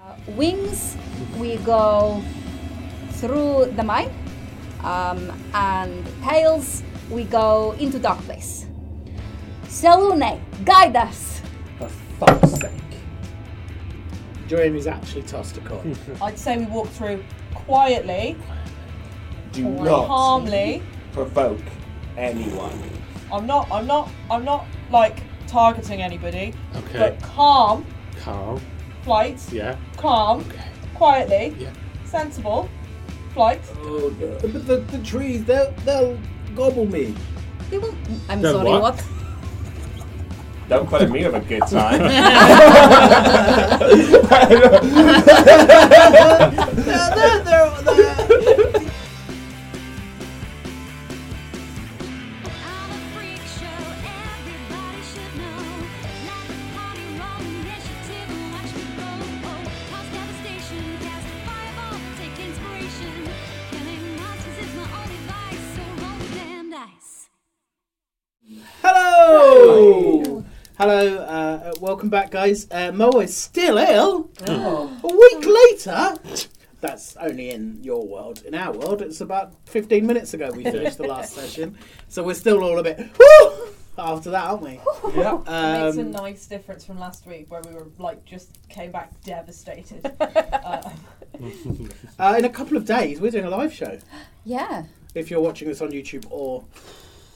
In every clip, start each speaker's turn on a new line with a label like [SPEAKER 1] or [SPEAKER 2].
[SPEAKER 1] Uh, wings, we go through the mine, um, and tails, we go into dark place. Selune, guide us.
[SPEAKER 2] For fuck's sake.
[SPEAKER 3] Jeremy's actually tossed a coin.
[SPEAKER 4] I'd say we walk through quietly,
[SPEAKER 2] Do not
[SPEAKER 4] calmly.
[SPEAKER 2] provoke anyone.
[SPEAKER 4] I'm not. I'm not. I'm not like targeting anybody.
[SPEAKER 5] Okay.
[SPEAKER 4] But calm,
[SPEAKER 5] Calm.
[SPEAKER 4] flight,
[SPEAKER 5] Yeah.
[SPEAKER 4] calm,
[SPEAKER 5] Okay.
[SPEAKER 4] quietly,
[SPEAKER 5] Yeah.
[SPEAKER 4] sensible, flight.
[SPEAKER 3] oh, no. But the, the trees, they'll, they'll gobble me.
[SPEAKER 1] They will. I'm
[SPEAKER 5] The
[SPEAKER 1] sorry,
[SPEAKER 5] what?
[SPEAKER 1] what?
[SPEAKER 2] Don't put me of a good time.
[SPEAKER 6] I'm a freak show, everybody should know. Like a party, roll initiative, and watch me go. Oh, cause devastation, cast a fireball, take inspiration. Killing monsters is my only vice, so roll the damn dice.
[SPEAKER 3] Hello! Hello, uh, welcome back, guys. Uh, Mo is still ill. A week later. That's only in your world. In our world, it's about 15 minutes ago we finished the last session. So we're still all a bit whoo after that, aren't we?
[SPEAKER 2] yeah.
[SPEAKER 4] Makes a
[SPEAKER 3] Um,
[SPEAKER 4] nice difference from last week where we were like just came back devastated.
[SPEAKER 3] uh, in a couple of days, we're doing a live show.
[SPEAKER 1] Yeah.
[SPEAKER 3] If you're watching this on YouTube or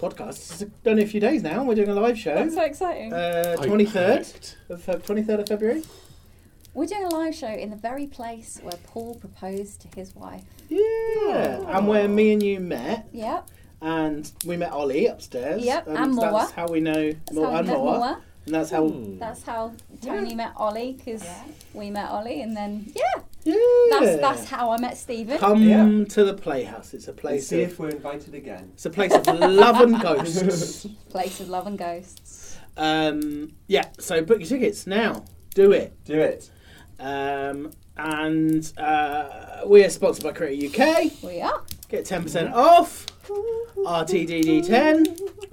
[SPEAKER 3] podcasts, it's done in a few days now, and we're doing a live show.
[SPEAKER 7] That's so exciting.
[SPEAKER 3] Uh,
[SPEAKER 5] I
[SPEAKER 3] 23rd
[SPEAKER 5] panicked.
[SPEAKER 3] of Feb- 23rd of February.
[SPEAKER 1] We're doing a live show in the very place where Paul proposed to his wife.
[SPEAKER 3] Yeah. And where me and you met.
[SPEAKER 1] Yep.
[SPEAKER 3] and we met Ollie upstairs.
[SPEAKER 1] Yep,
[SPEAKER 3] um,
[SPEAKER 1] and
[SPEAKER 3] so That's
[SPEAKER 1] Moa.
[SPEAKER 3] how we know
[SPEAKER 1] That's
[SPEAKER 3] Moa
[SPEAKER 1] how
[SPEAKER 3] and
[SPEAKER 1] we met
[SPEAKER 3] Moa,
[SPEAKER 1] Moa.
[SPEAKER 3] and that's how.
[SPEAKER 1] That's how Tony met Ollie because
[SPEAKER 4] Yeah.
[SPEAKER 1] we met Ollie, and then yeah,
[SPEAKER 3] Yeah.
[SPEAKER 1] that's that's how I met Stephen.
[SPEAKER 3] Come
[SPEAKER 2] Yeah.
[SPEAKER 3] to the playhouse. It's a place.
[SPEAKER 2] see
[SPEAKER 3] Of,
[SPEAKER 2] if we're invited again.
[SPEAKER 3] it's a place of love and ghosts.
[SPEAKER 1] Place of love and ghosts.
[SPEAKER 3] Um, yeah. So book your tickets now. Do it.
[SPEAKER 2] Do it.
[SPEAKER 3] Um, and uh, we are sponsored by Creator UK.
[SPEAKER 1] We are.
[SPEAKER 3] Get ten percent off. RTDD10.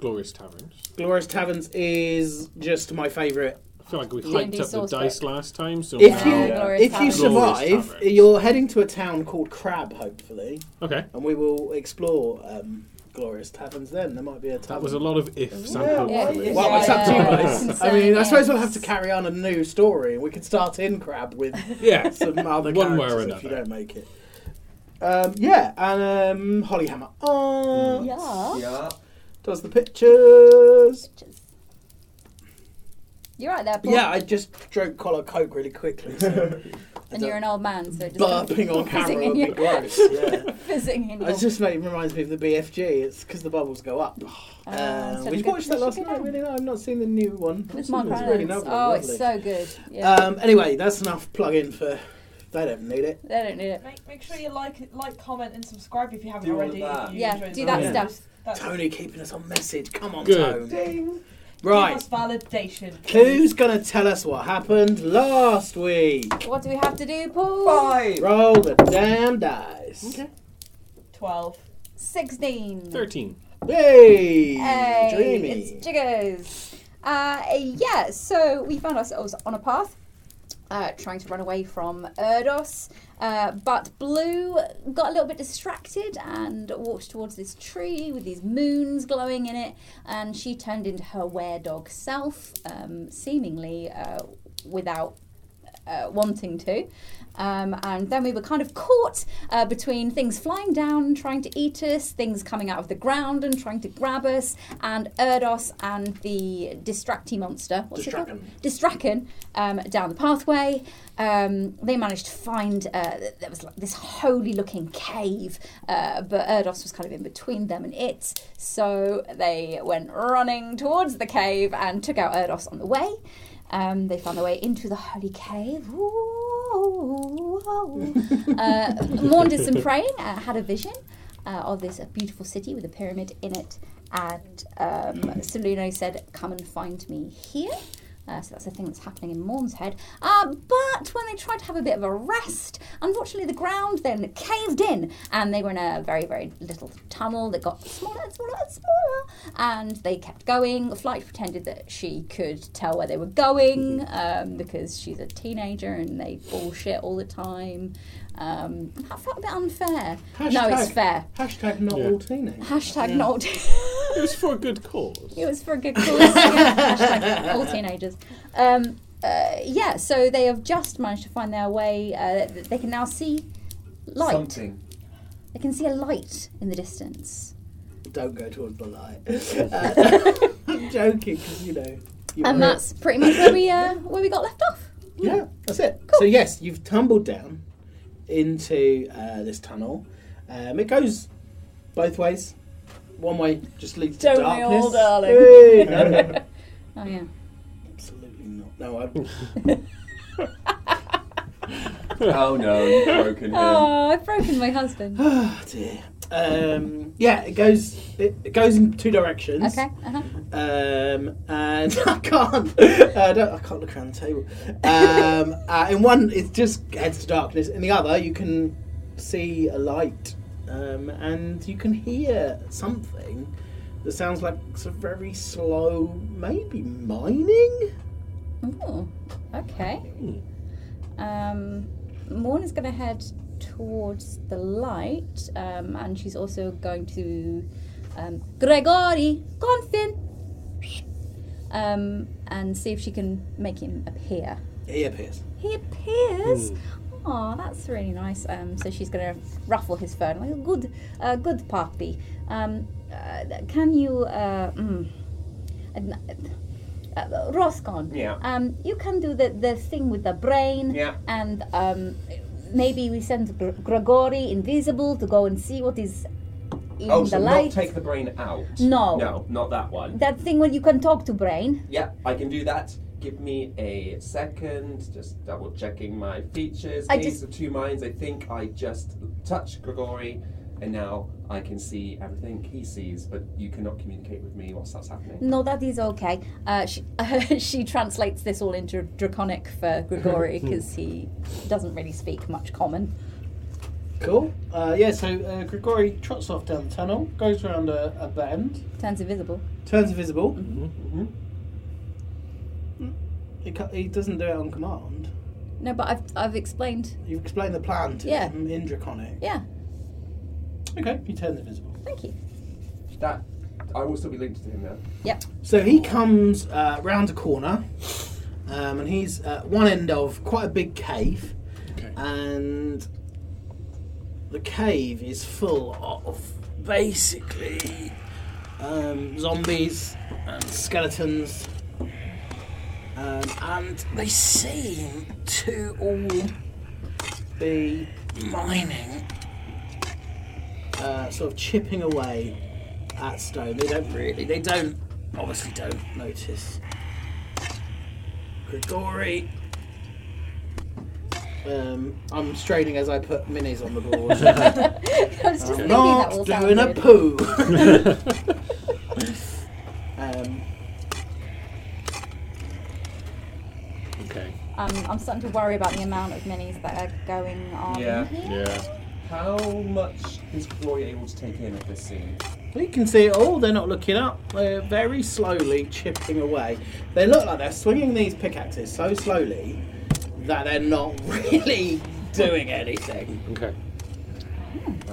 [SPEAKER 5] Glorious Taverns.
[SPEAKER 3] Glorious Taverns is just my favourite.
[SPEAKER 5] I feel like we
[SPEAKER 1] D&D
[SPEAKER 5] hiked up the
[SPEAKER 1] source
[SPEAKER 5] dice
[SPEAKER 1] book.
[SPEAKER 5] last time, so
[SPEAKER 3] If
[SPEAKER 5] now...
[SPEAKER 3] you
[SPEAKER 1] Glorious
[SPEAKER 3] if you
[SPEAKER 1] Taverns.
[SPEAKER 5] Glorious
[SPEAKER 3] survive,
[SPEAKER 5] Taverns.
[SPEAKER 3] you're heading to a town called Crab, hopefully.
[SPEAKER 5] Okay.
[SPEAKER 3] and we will explore um, glorious taverns then. There might be a tavern.
[SPEAKER 5] That was a lot of ifs and
[SPEAKER 2] Yeah,
[SPEAKER 5] hopefully.
[SPEAKER 2] yeah.
[SPEAKER 3] well, it's up to you
[SPEAKER 1] Yeah.
[SPEAKER 3] guys. I
[SPEAKER 1] Concern,
[SPEAKER 3] mean, I suppose we'll have
[SPEAKER 1] yes.
[SPEAKER 3] to carry on a new story. We could start in Crab with
[SPEAKER 5] Yeah.
[SPEAKER 3] some other
[SPEAKER 5] One way or
[SPEAKER 3] characters if you
[SPEAKER 5] another.
[SPEAKER 3] don't make it. Um, yeah, and um, Holly Hammer Art
[SPEAKER 1] Yeah.
[SPEAKER 2] Yeah.
[SPEAKER 3] does the pictures.
[SPEAKER 1] You're right there, Paul.
[SPEAKER 3] Yeah, I just drank cola coke really quickly. So
[SPEAKER 1] and you're an old man, so it just
[SPEAKER 3] burping on camera
[SPEAKER 1] fizzing
[SPEAKER 3] would
[SPEAKER 1] in
[SPEAKER 3] be
[SPEAKER 1] your
[SPEAKER 3] gross. Yeah.
[SPEAKER 1] fizzing in your.
[SPEAKER 3] It just make, reminds me of the BFG. It's because the bubbles go up.
[SPEAKER 1] Ah,
[SPEAKER 3] Uh,
[SPEAKER 1] instead
[SPEAKER 3] we
[SPEAKER 1] of go-
[SPEAKER 3] watched that
[SPEAKER 1] they should
[SPEAKER 3] last
[SPEAKER 1] go
[SPEAKER 3] night.
[SPEAKER 1] down.
[SPEAKER 3] Really, no, I've not seen the new one.
[SPEAKER 1] With Mark
[SPEAKER 3] It's
[SPEAKER 1] Rylance.
[SPEAKER 3] really lovely,
[SPEAKER 1] oh,
[SPEAKER 3] lovely.
[SPEAKER 1] it's so good. Yeah.
[SPEAKER 3] Um, anyway, that's enough plug-in for. They don't need it.
[SPEAKER 1] they don't need it.
[SPEAKER 4] make, make sure you like like comment and subscribe if you haven't
[SPEAKER 2] Do all
[SPEAKER 4] already.
[SPEAKER 2] that.
[SPEAKER 4] If you
[SPEAKER 1] Yeah,
[SPEAKER 4] enjoyed
[SPEAKER 1] do
[SPEAKER 4] the
[SPEAKER 1] that
[SPEAKER 4] video.
[SPEAKER 3] Yeah.
[SPEAKER 1] stuff.
[SPEAKER 4] That's
[SPEAKER 3] Tony keeping us on message. Come on,
[SPEAKER 5] Good.
[SPEAKER 3] Tony.
[SPEAKER 4] Give
[SPEAKER 3] Right,
[SPEAKER 4] us validation.
[SPEAKER 3] who's gonna tell us what happened last week?
[SPEAKER 1] What do we have to do, Paul?
[SPEAKER 2] Five.
[SPEAKER 3] Roll the damn dice.
[SPEAKER 5] Okay.
[SPEAKER 4] Twelve.
[SPEAKER 1] Sixteen.
[SPEAKER 5] 13.
[SPEAKER 3] Yay!
[SPEAKER 1] Hey,
[SPEAKER 3] Dreamy.
[SPEAKER 1] It's Jiggers. Uh, yeah, so we found ourselves on a path uh, trying to run away from Erdos, uh, but Blue got a little bit distracted and walked towards this tree with these moons glowing in it, and she turned into her were-dog self, um, seemingly uh, without uh, wanting to. Um, and then we were kind of caught uh, between things flying down and trying to eat us, things coming out of the ground and trying to grab us, and Erdos and the Distracty monster. What's it called? Distraken um, down the pathway. Um, they managed to find uh, th- there was like this holy looking cave, uh, but Erdos was kind of in between them and it. So they went running towards the cave and took out Erdos on the way. Um, they found their way into the holy cave. Ooh. uh, Morn did some praying, uh, had a vision uh, of this uh, beautiful city with a pyramid in it, and um, Saluno said, "Come and find me here." Uh, so that's the thing that's happening in Morn's head. Uh, but when they tried to have a bit of a rest Unfortunately, the ground then caved in, and they were in a very, very little tunnel that got smaller and smaller and smaller. And they kept going. Flight pretended that she could tell where they were going um, because she's a teenager and they bullshit all the time. Um, that felt a bit unfair. No, it's
[SPEAKER 3] Hashtag-
[SPEAKER 1] fair.
[SPEAKER 3] Hashtag not
[SPEAKER 5] Yeah.
[SPEAKER 3] all teenagers.
[SPEAKER 1] Hashtag
[SPEAKER 3] Yeah.
[SPEAKER 1] not.
[SPEAKER 5] It was for a good cause.
[SPEAKER 1] It was for a good cause. yeah. Hashtag all teenagers. Um, uh, yeah, so they have just managed to find their way. Uh, th- they can now see light.
[SPEAKER 2] Something.
[SPEAKER 1] They can see a light in the distance.
[SPEAKER 3] Don't go towards the light. Uh, I'm joking because you know. You
[SPEAKER 1] And
[SPEAKER 3] were-
[SPEAKER 1] that's pretty much where we uh, where we got left off.
[SPEAKER 3] Yeah, that's it. So yes, you've tumbled down into uh, this tunnel. Um, it goes both ways. One way just leads to
[SPEAKER 4] Don't we
[SPEAKER 3] darkness.
[SPEAKER 4] all, darling?
[SPEAKER 3] Hey, no,
[SPEAKER 1] Oh yeah.
[SPEAKER 3] absolutely not. No, I,
[SPEAKER 2] Oh no, you've broken him.
[SPEAKER 1] Oh, I've broken my husband.
[SPEAKER 3] oh dear. Um, yeah, it goes. It, it goes in two directions.
[SPEAKER 1] Okay. Uh-huh.
[SPEAKER 3] Um, and I can't. I, don't, I can't look around the table. Um, uh, in one, it just heads to darkness. In the other, you can see a light, um, and you can hear something that sounds like it's a very slow, maybe mining.
[SPEAKER 1] Ooh, okay. Um, Morn is going to head towards the light, um, and she's also going to um, Gregory Confin um, and see if she can make him appear.
[SPEAKER 3] It appears.
[SPEAKER 1] He appears.
[SPEAKER 2] Hmm.
[SPEAKER 1] Oh, that's really nice. Um, so she's going to ruffle his fur. Like a good, uh, good puppy. Um, uh, can you, uh, mm, uh, uh, Roscon?
[SPEAKER 2] Yeah.
[SPEAKER 1] Um, you can do the, the thing with the brain.
[SPEAKER 2] Yeah.
[SPEAKER 1] And um, maybe we send Gr- Grigori invisible to go and see what is in
[SPEAKER 2] Oh,
[SPEAKER 1] the
[SPEAKER 2] so
[SPEAKER 1] light.
[SPEAKER 2] not take the brain out.
[SPEAKER 1] No.
[SPEAKER 2] No, not that one.
[SPEAKER 1] that thing where you can talk to brain.
[SPEAKER 2] Yeah, I can do that. Give me a second. Just double checking my features.
[SPEAKER 1] I
[SPEAKER 2] These
[SPEAKER 1] just-
[SPEAKER 2] are two minds. I think I just touch Grigori, and now I can see everything he sees, but you cannot communicate with me whilst that's happening.
[SPEAKER 1] No, that is okay. Uh, she, she translates this all into Draconic for Grigori because he doesn't really speak much common.
[SPEAKER 3] Cool. Uh, yeah. So uh, Grigori trots off down the tunnel, goes around a, a bend,
[SPEAKER 1] Turns invisible.
[SPEAKER 3] turns invisible.
[SPEAKER 1] Mm-hmm.
[SPEAKER 2] Mhm.
[SPEAKER 3] He, ca- he doesn't do it on command.
[SPEAKER 1] No, but I've, I've explained.
[SPEAKER 3] You've explained the plan to
[SPEAKER 1] Yeah.
[SPEAKER 3] him in Draconic.
[SPEAKER 1] Yeah,
[SPEAKER 3] Okay. He turns invisible.
[SPEAKER 1] thank you.
[SPEAKER 2] That I will still be linked to him now.
[SPEAKER 3] So he comes uh, round a corner, um, and he's at one end of quite a big cave,
[SPEAKER 5] Okay.
[SPEAKER 3] and the cave is full of basically um, zombies and skeletons, um, and they seem to all be mining, uh, sort of chipping away at stone. They don't really, they don't, obviously don't notice. Grigori. Um, I'm straining as I put minis on the board.
[SPEAKER 1] I was just thinking that
[SPEAKER 3] Not
[SPEAKER 1] all sounded
[SPEAKER 3] doing a
[SPEAKER 1] weird.
[SPEAKER 3] poo. um,
[SPEAKER 5] Okay.
[SPEAKER 1] Um, I'm starting to worry about the amount of minis that are going on
[SPEAKER 2] Yeah.
[SPEAKER 1] here.
[SPEAKER 5] Yeah.
[SPEAKER 2] How much is Glory able to take in at this scene?
[SPEAKER 3] you can see it all. They're not looking up. They're very slowly chipping away. They look like they're swinging these pickaxes so slowly that they're not really doing anything.
[SPEAKER 5] Okay.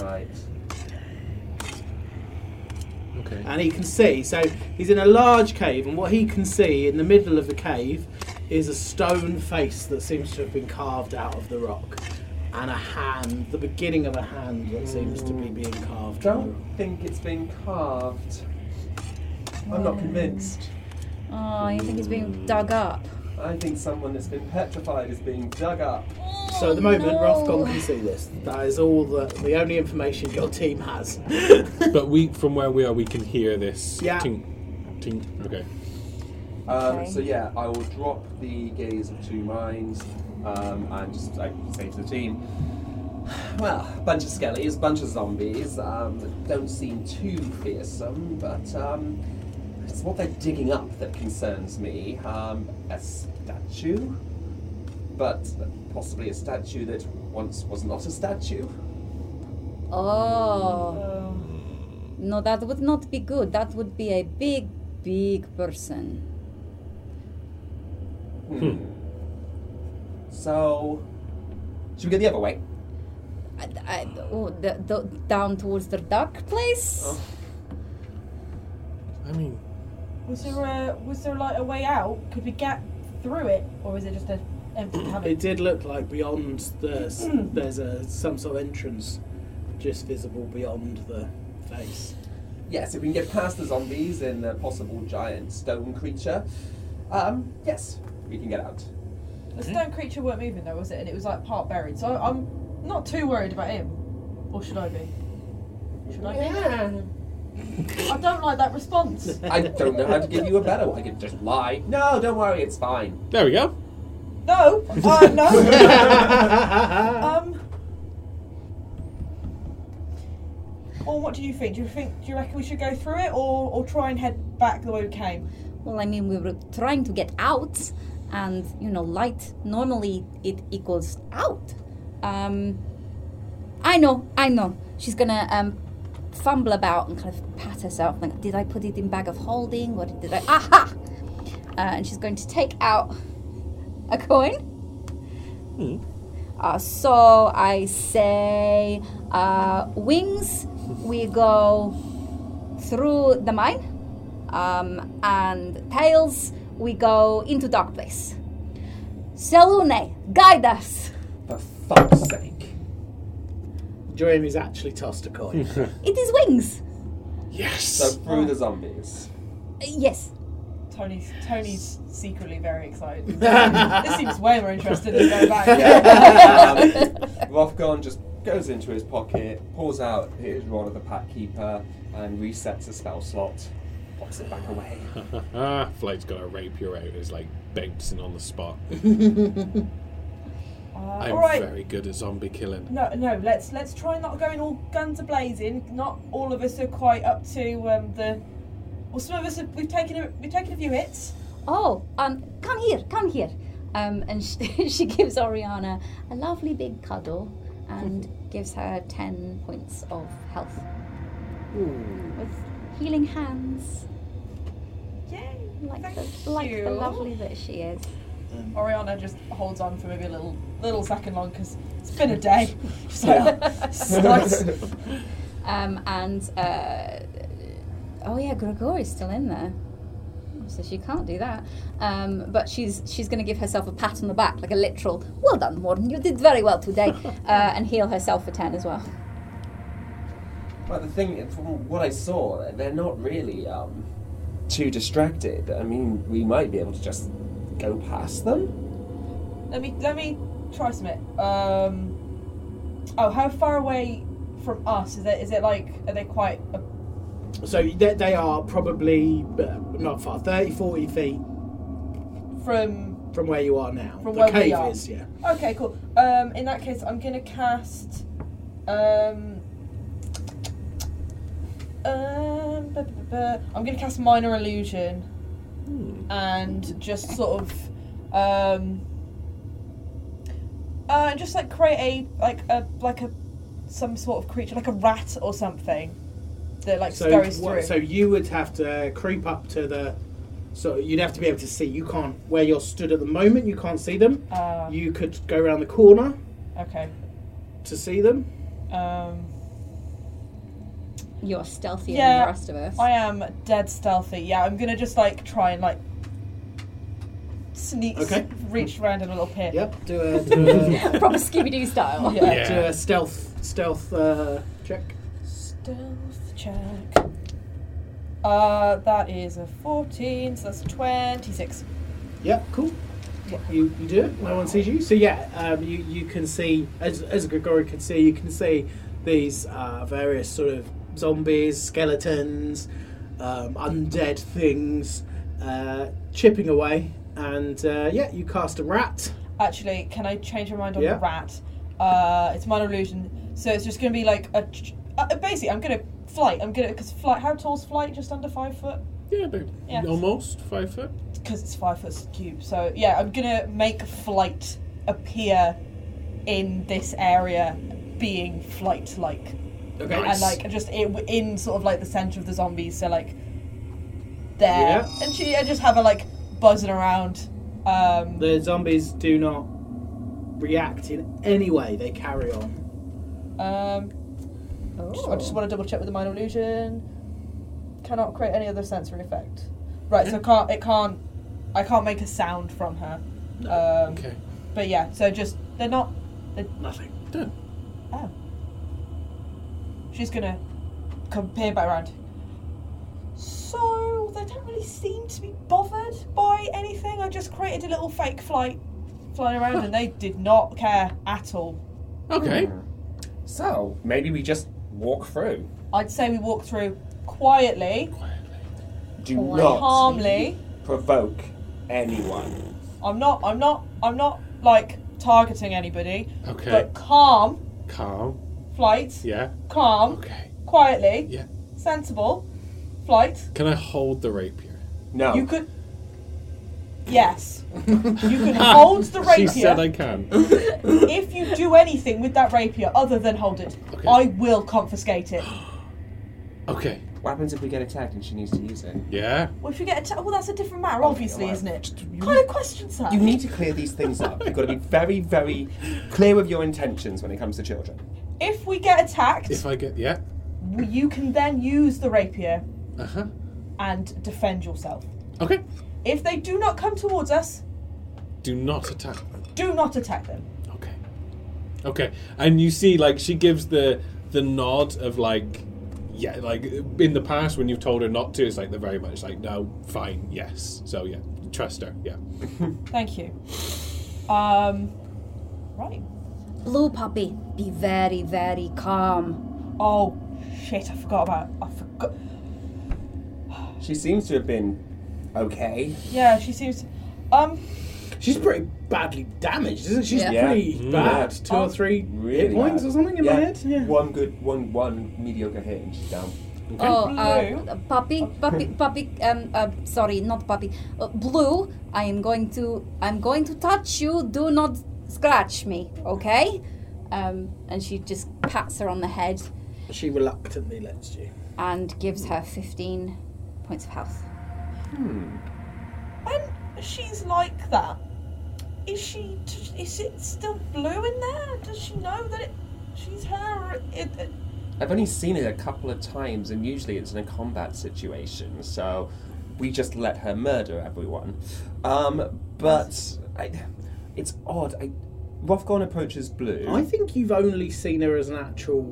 [SPEAKER 2] Right.
[SPEAKER 5] Okay.
[SPEAKER 3] and he can see. So he's in a large cave, and what he can see in the middle of the cave is a stone face that seems to have been carved out of the rock, and a hand, the beginning of a hand that seems to be being carved. out of the
[SPEAKER 2] Don't think it's been carved. I'm
[SPEAKER 1] Mm.
[SPEAKER 2] not convinced.
[SPEAKER 1] Oh, you think he's being dug up?
[SPEAKER 2] I think someone that's been petrified is being dug up.
[SPEAKER 3] rock. So at the moment,
[SPEAKER 1] no.
[SPEAKER 3] Rothcon can see this. That is all the the only information your team has.
[SPEAKER 5] But we, from where we are, we can hear this.
[SPEAKER 3] Yeah.
[SPEAKER 5] Ting, ting. Okay.
[SPEAKER 2] Um,
[SPEAKER 1] Okay.
[SPEAKER 2] So yeah, I will drop the gaze of two minds um, and just like say to the team, well, bunch of skellies, bunch of zombies. Um, that don't seem too fearsome, but um, it's what they're digging up that concerns me. Um, a statue, but possibly a statue that once was not a statue.
[SPEAKER 1] Oh,
[SPEAKER 4] Uh,
[SPEAKER 2] Um,
[SPEAKER 1] no, that would not be good. That would be a big, big person.
[SPEAKER 2] Hmm. So, should we go the other way?
[SPEAKER 1] I, I, oh, the, the, down towards the dark place?
[SPEAKER 2] Oh.
[SPEAKER 5] I mean,
[SPEAKER 4] was there a was there like a way out? Could we get through it, or is it just an empty
[SPEAKER 3] It
[SPEAKER 4] cavern?
[SPEAKER 3] did look like beyond the there's a some sort of entrance just visible beyond the face.
[SPEAKER 2] Yes, if we can get past the zombies and the possible giant stone creature, um, yes, we can get out.
[SPEAKER 4] The stone creature weren't moving though, was it? And it was like part buried. So I'm not too worried about him, or should I be? Should I be? I don't like that response.
[SPEAKER 2] I don't know how to give you a better one. I could just lie. No, don't worry, it's fine.
[SPEAKER 5] there we go.
[SPEAKER 4] No, uh, no. Um. Or what do you think? Do you think? Do you reckon we should go through it, or or try and head back the way we came?
[SPEAKER 1] Well, I mean, we were trying to get out, and you know, light normally it equals out. Um, I know, I know. She's gonna um, fumble about and kind of pat herself, like, did I put it in bag of holding? What did I? Aha! Uh, and she's going to take out a coin. Uh, so I say, uh, wings. We go through the mine um, and tails, we go into dark place. Selune, guide us.
[SPEAKER 2] For fuck's sake.
[SPEAKER 3] Jeremy's actually tossed a coin.
[SPEAKER 1] It is wings.
[SPEAKER 2] So
[SPEAKER 5] Yes.
[SPEAKER 2] through the zombies.
[SPEAKER 1] Uh, yes.
[SPEAKER 4] Tony's Tony's secretly very excited. this seems way more interesting than going back.
[SPEAKER 2] Yeah. um, Rothgon just goes into his pocket, pulls out his rod of the pack keeper, and resets a spell slot. Pops it back away.
[SPEAKER 5] Ah, Flight's got a rapier out. It's like bouncing on the spot.
[SPEAKER 4] Uh,
[SPEAKER 5] I'm
[SPEAKER 4] all right.
[SPEAKER 5] very good at zombie killing.
[SPEAKER 4] No, no. Let's let's try not going all guns a blazing. Not all of us are quite up to um, the. Well, some of us have, we've taken a, we've taken a few hits.
[SPEAKER 1] Oh, um, come here, come here. Um, and she, she gives Oriana a lovely big cuddle and gives her 10 points of health with healing hands,
[SPEAKER 4] Yay!
[SPEAKER 1] like,
[SPEAKER 4] Thank
[SPEAKER 1] the, like the
[SPEAKER 4] you.
[SPEAKER 1] lovely that she is.
[SPEAKER 4] Oriana just holds on for maybe a little little second long because it's been a day. So it's nice.
[SPEAKER 1] Um, and uh, oh yeah, Grigori's still in there, so she can't do that. Um, but she's she's going to give herself a pat on the back, like a literal "Well done, Morden. You did very well today," uh, and heal herself for ten as well.
[SPEAKER 2] But the thing, from what I saw, they're not really um, too distracted. I mean, we might be able to just go past them.
[SPEAKER 4] Let me let me try some it. Um, oh, how far away from us is it? Is it like are they quite? uh, A,
[SPEAKER 3] so they, they are probably uh, not far, 30, 40 feet
[SPEAKER 4] from
[SPEAKER 3] from where you are now.
[SPEAKER 4] From
[SPEAKER 3] the
[SPEAKER 4] where we
[SPEAKER 3] cave
[SPEAKER 4] are.
[SPEAKER 3] is, yeah.
[SPEAKER 4] okay, cool. Um, in that case, I'm gonna cast. Um, um, bu- bu- bu- I'm gonna cast minor illusion
[SPEAKER 3] Hmm.
[SPEAKER 4] and just sort of. Um, uh, and just like create a like a like a some sort of creature like a rat or something that like
[SPEAKER 3] So,
[SPEAKER 4] scurries
[SPEAKER 3] what-
[SPEAKER 4] through.
[SPEAKER 3] so you would have to creep up to the. So you'd have to be able to see. You can't where you're stood at the moment. You can't see them.
[SPEAKER 4] Ah.
[SPEAKER 3] you could go around the corner
[SPEAKER 4] Okay.
[SPEAKER 3] to see them.
[SPEAKER 4] Um,
[SPEAKER 1] You're stealthier than
[SPEAKER 4] Yeah,
[SPEAKER 1] the rest of us.
[SPEAKER 4] I am dead stealthy. Yeah, I'm gonna just like try and like sneak,
[SPEAKER 3] Okay.
[SPEAKER 4] reach around a little peer.
[SPEAKER 3] Yep. Do a do a,
[SPEAKER 1] Proper Scooby Doo style.
[SPEAKER 4] Yeah.
[SPEAKER 5] Yeah.
[SPEAKER 3] do a stealth stealth uh, check.
[SPEAKER 4] Stealth check. Uh, that is a 14, so that's a 26.
[SPEAKER 3] Yep. Cool.
[SPEAKER 4] Yeah.
[SPEAKER 3] You, you do it. No one sees you. So yeah, um, you you can see as as Grigori can see. You can see these uh, various sort of zombies, skeletons, um, undead things uh, chipping away. And uh, yeah, you cast a rat.
[SPEAKER 4] Actually, can I change my mind on
[SPEAKER 3] Yeah.
[SPEAKER 4] the rat? Uh, it's minor illusion, so it's just gonna be like a. ch- Uh, basically, I'm gonna flight. I'm gonna because flight. How tall's flight? Just under five foot.
[SPEAKER 5] Yeah, about
[SPEAKER 4] Yeah.
[SPEAKER 5] almost five foot.
[SPEAKER 4] because it's five foot cube. So yeah, I'm gonna make flight appear in this area being flight like.
[SPEAKER 2] Okay.
[SPEAKER 5] Nice.
[SPEAKER 4] And like just in, in sort of like the center of the zombies, so like there.
[SPEAKER 3] Yeah.
[SPEAKER 4] And she I just have her like buzzing around. Um,
[SPEAKER 3] The zombies do not react in any way. They carry on.
[SPEAKER 4] um, Just- I just want to double check with the minor illusion. Cannot create any other sensory effect. Right, so can't it can't I can't make a sound from her. Um,
[SPEAKER 5] Okay.
[SPEAKER 4] But yeah, so just they're not.
[SPEAKER 3] Nothing.
[SPEAKER 5] Done.
[SPEAKER 4] Oh, she's gonna come peer back around. So they don't really seem to be bothered by anything. I just created a little fake flight flying around, and they did not care at all.
[SPEAKER 5] Okay.
[SPEAKER 2] So maybe we just walk through.
[SPEAKER 4] I'd say we walk through quietly,
[SPEAKER 2] Do
[SPEAKER 4] Oh,
[SPEAKER 1] Why
[SPEAKER 2] not
[SPEAKER 4] calmly.
[SPEAKER 2] provoke anyone.
[SPEAKER 4] I'm not. I'm not. I'm not like targeting anybody.
[SPEAKER 5] Okay.
[SPEAKER 4] But calm
[SPEAKER 5] Calm.
[SPEAKER 4] flight.
[SPEAKER 5] Yeah.
[SPEAKER 4] Calm.
[SPEAKER 5] Okay.
[SPEAKER 4] Quietly.
[SPEAKER 5] Yeah.
[SPEAKER 4] Sensible. Flight.
[SPEAKER 5] Can I hold the rapier?
[SPEAKER 2] No.
[SPEAKER 4] You could. Yes. You can hold the
[SPEAKER 5] She
[SPEAKER 4] rapier
[SPEAKER 5] said I can.
[SPEAKER 4] if you do anything with that rapier other than hold it.
[SPEAKER 5] Okay.
[SPEAKER 4] I will confiscate it.
[SPEAKER 5] Okay.
[SPEAKER 2] What happens if we get attacked and she needs to use it?
[SPEAKER 5] Yeah.
[SPEAKER 4] Well, if you get attacked, well, that's a different matter, obviously,
[SPEAKER 2] God.
[SPEAKER 4] isn't it?
[SPEAKER 2] Just- you-
[SPEAKER 4] Kind of questions that.
[SPEAKER 2] You need to clear these things up. You've got to be very, very clear with your intentions when it comes to children.
[SPEAKER 4] If we get attacked,
[SPEAKER 5] If I get yeah.
[SPEAKER 4] you can then use the rapier
[SPEAKER 5] Uh huh.
[SPEAKER 4] and defend yourself.
[SPEAKER 5] Okay.
[SPEAKER 4] If they do not come towards us,
[SPEAKER 5] Do not attack them.
[SPEAKER 4] do not attack them.
[SPEAKER 5] Okay. Okay. And you see, like, she gives the the nod of like, yeah, like in the past when you've told her not to, it's like they're very much like, no, fine, yes. So yeah, trust her. Yeah.
[SPEAKER 4] Thank you. Um, right.
[SPEAKER 1] Blue puppy, be very, very calm.
[SPEAKER 4] Oh shit! I forgot about. I forgot.
[SPEAKER 2] She seems to have been okay.
[SPEAKER 4] Yeah, she seems. Um,
[SPEAKER 3] She's pretty badly damaged, isn't she? She's
[SPEAKER 1] Yeah.
[SPEAKER 2] Yeah.
[SPEAKER 3] pretty
[SPEAKER 5] Mm.
[SPEAKER 3] bad.
[SPEAKER 2] Yeah.
[SPEAKER 3] Two or three
[SPEAKER 2] Really?
[SPEAKER 3] hit points
[SPEAKER 2] bad.
[SPEAKER 3] or something in
[SPEAKER 2] yeah.
[SPEAKER 3] my head. Yeah.
[SPEAKER 2] One good, one one mediocre hit, and she's down.
[SPEAKER 5] Okay.
[SPEAKER 1] Oh,
[SPEAKER 4] Blue.
[SPEAKER 1] uh, puppy, puppy, puppy. Um, uh, sorry, not puppy. Uh, blue. I am going to. I'm going to touch you. Do not scratch me, okay? Um, and she just pats her on the head
[SPEAKER 3] She reluctantly lets you.
[SPEAKER 1] and gives her 15 points of health.
[SPEAKER 2] Hmm.
[SPEAKER 4] when she's like that, is she? Is it still blue in there? Does she know that it? She's her. or It, it,
[SPEAKER 2] I've only seen it a couple of times, and usually it's in a combat situation, so we just let her murder everyone. Um, but I, it's odd. I, Rothgon approaches Blue.
[SPEAKER 3] I think you've only seen her as an actual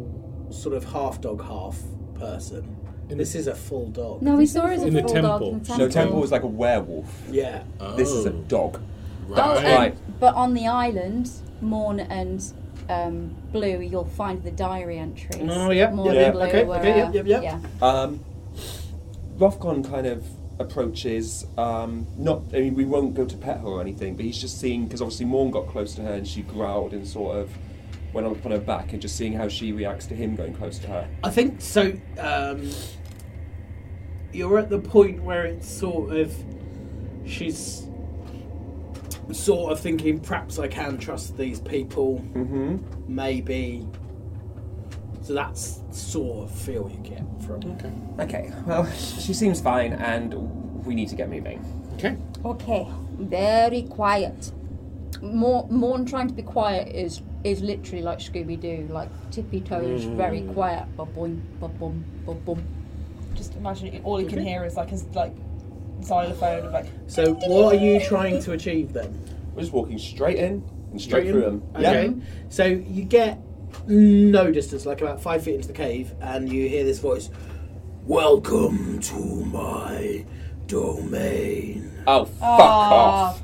[SPEAKER 3] sort of half dog, half person. this is a full dog.
[SPEAKER 1] No, we saw her as a
[SPEAKER 5] In the
[SPEAKER 1] bulldog
[SPEAKER 5] temple.
[SPEAKER 1] in the temple.
[SPEAKER 2] no, Temple is like a werewolf.
[SPEAKER 3] Yeah.
[SPEAKER 5] Oh,
[SPEAKER 2] This is a dog.
[SPEAKER 1] Oh,
[SPEAKER 5] right.
[SPEAKER 1] and,
[SPEAKER 2] Right.
[SPEAKER 1] But on the island, Morn and um, Blue, you'll find the diary entries.
[SPEAKER 3] Oh, yeah,
[SPEAKER 1] Morn
[SPEAKER 2] yeah,
[SPEAKER 1] and Blue
[SPEAKER 3] okay,
[SPEAKER 1] were,
[SPEAKER 3] okay, yep,
[SPEAKER 1] uh,
[SPEAKER 3] yep, yep.
[SPEAKER 1] Yeah.
[SPEAKER 2] Um, Rothgon kind of approaches, um, not, I mean, we won't go to pet her or anything, but he's just seeing, because obviously Morn got close to her and she growled and sort of went up on her back and just seeing how she reacts to him going close to her.
[SPEAKER 3] I think so. Um, you're at the point where it's sort of she's sort of thinking, perhaps I can trust these people.
[SPEAKER 2] Mm-hmm.
[SPEAKER 3] Maybe. So that's sort of feel you get from.
[SPEAKER 5] Okay.
[SPEAKER 2] Okay, well, she seems fine and we need to get moving.
[SPEAKER 5] Okay.
[SPEAKER 1] Okay, very quiet. More, Morn trying to be quiet is is literally like Scooby Doo, like tippy toes, very quiet. Ba boom, ba boom, ba boom.
[SPEAKER 4] just imagine it- all you can hear is like his like xylophone and like.
[SPEAKER 3] So what are you trying to achieve then?
[SPEAKER 2] We're just walking straight in and straight through them.
[SPEAKER 3] Okay. So you get no distance, like about five feet into the cave, and you hear this voice Welcome to my domain.
[SPEAKER 2] Oh, fuck
[SPEAKER 4] Ah.
[SPEAKER 2] off.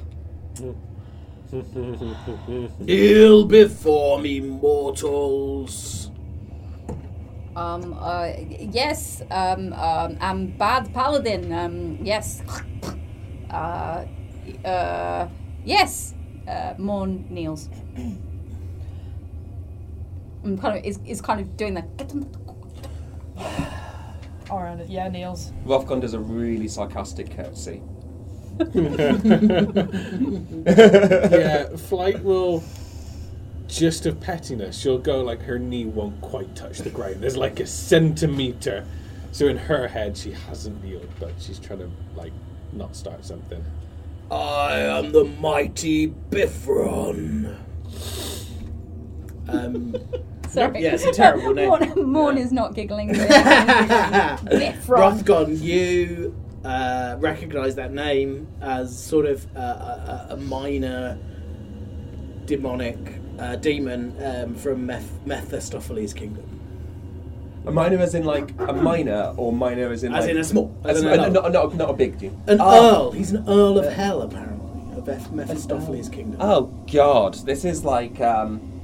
[SPEAKER 3] Kneel before me, mortals.
[SPEAKER 1] Um, uh, yes, um, um, I'm bad paladin. Um, yes. Uh, uh, yes. Uh, Morn kneels. I'm kind of is, is kind of doing that. Get them.
[SPEAKER 4] Alright, yeah, Niels.
[SPEAKER 2] Rothgon does a really sarcastic curtsy.
[SPEAKER 5] yeah, flight will just of pettiness. She'll go like her knee won't quite touch the ground. There's like a centimeter. So in her head, she hasn't kneeled, but she's trying to like not start something.
[SPEAKER 3] I am the mighty Bifron. Um,
[SPEAKER 1] Sorry.
[SPEAKER 3] Yeah, it's a terrible name.
[SPEAKER 1] Morn, Morn is not giggling. Really. Bifron.
[SPEAKER 3] Rothgon, you uh, recognise that name as sort of uh, a, a, a minor demonic uh, demon um, from Meth- Mephistopheles' kingdom.
[SPEAKER 2] A minor as in like a minor, or minor as in
[SPEAKER 3] As
[SPEAKER 2] like,
[SPEAKER 3] in a small, as in
[SPEAKER 2] a-
[SPEAKER 3] an
[SPEAKER 2] no, not,
[SPEAKER 3] earl.
[SPEAKER 2] not, not a big deal.
[SPEAKER 3] An
[SPEAKER 2] Oh.
[SPEAKER 3] earl. He's an earl of hell, apparently, of Eph- Mephistopheles' kingdom.
[SPEAKER 2] Oh God, this is like um,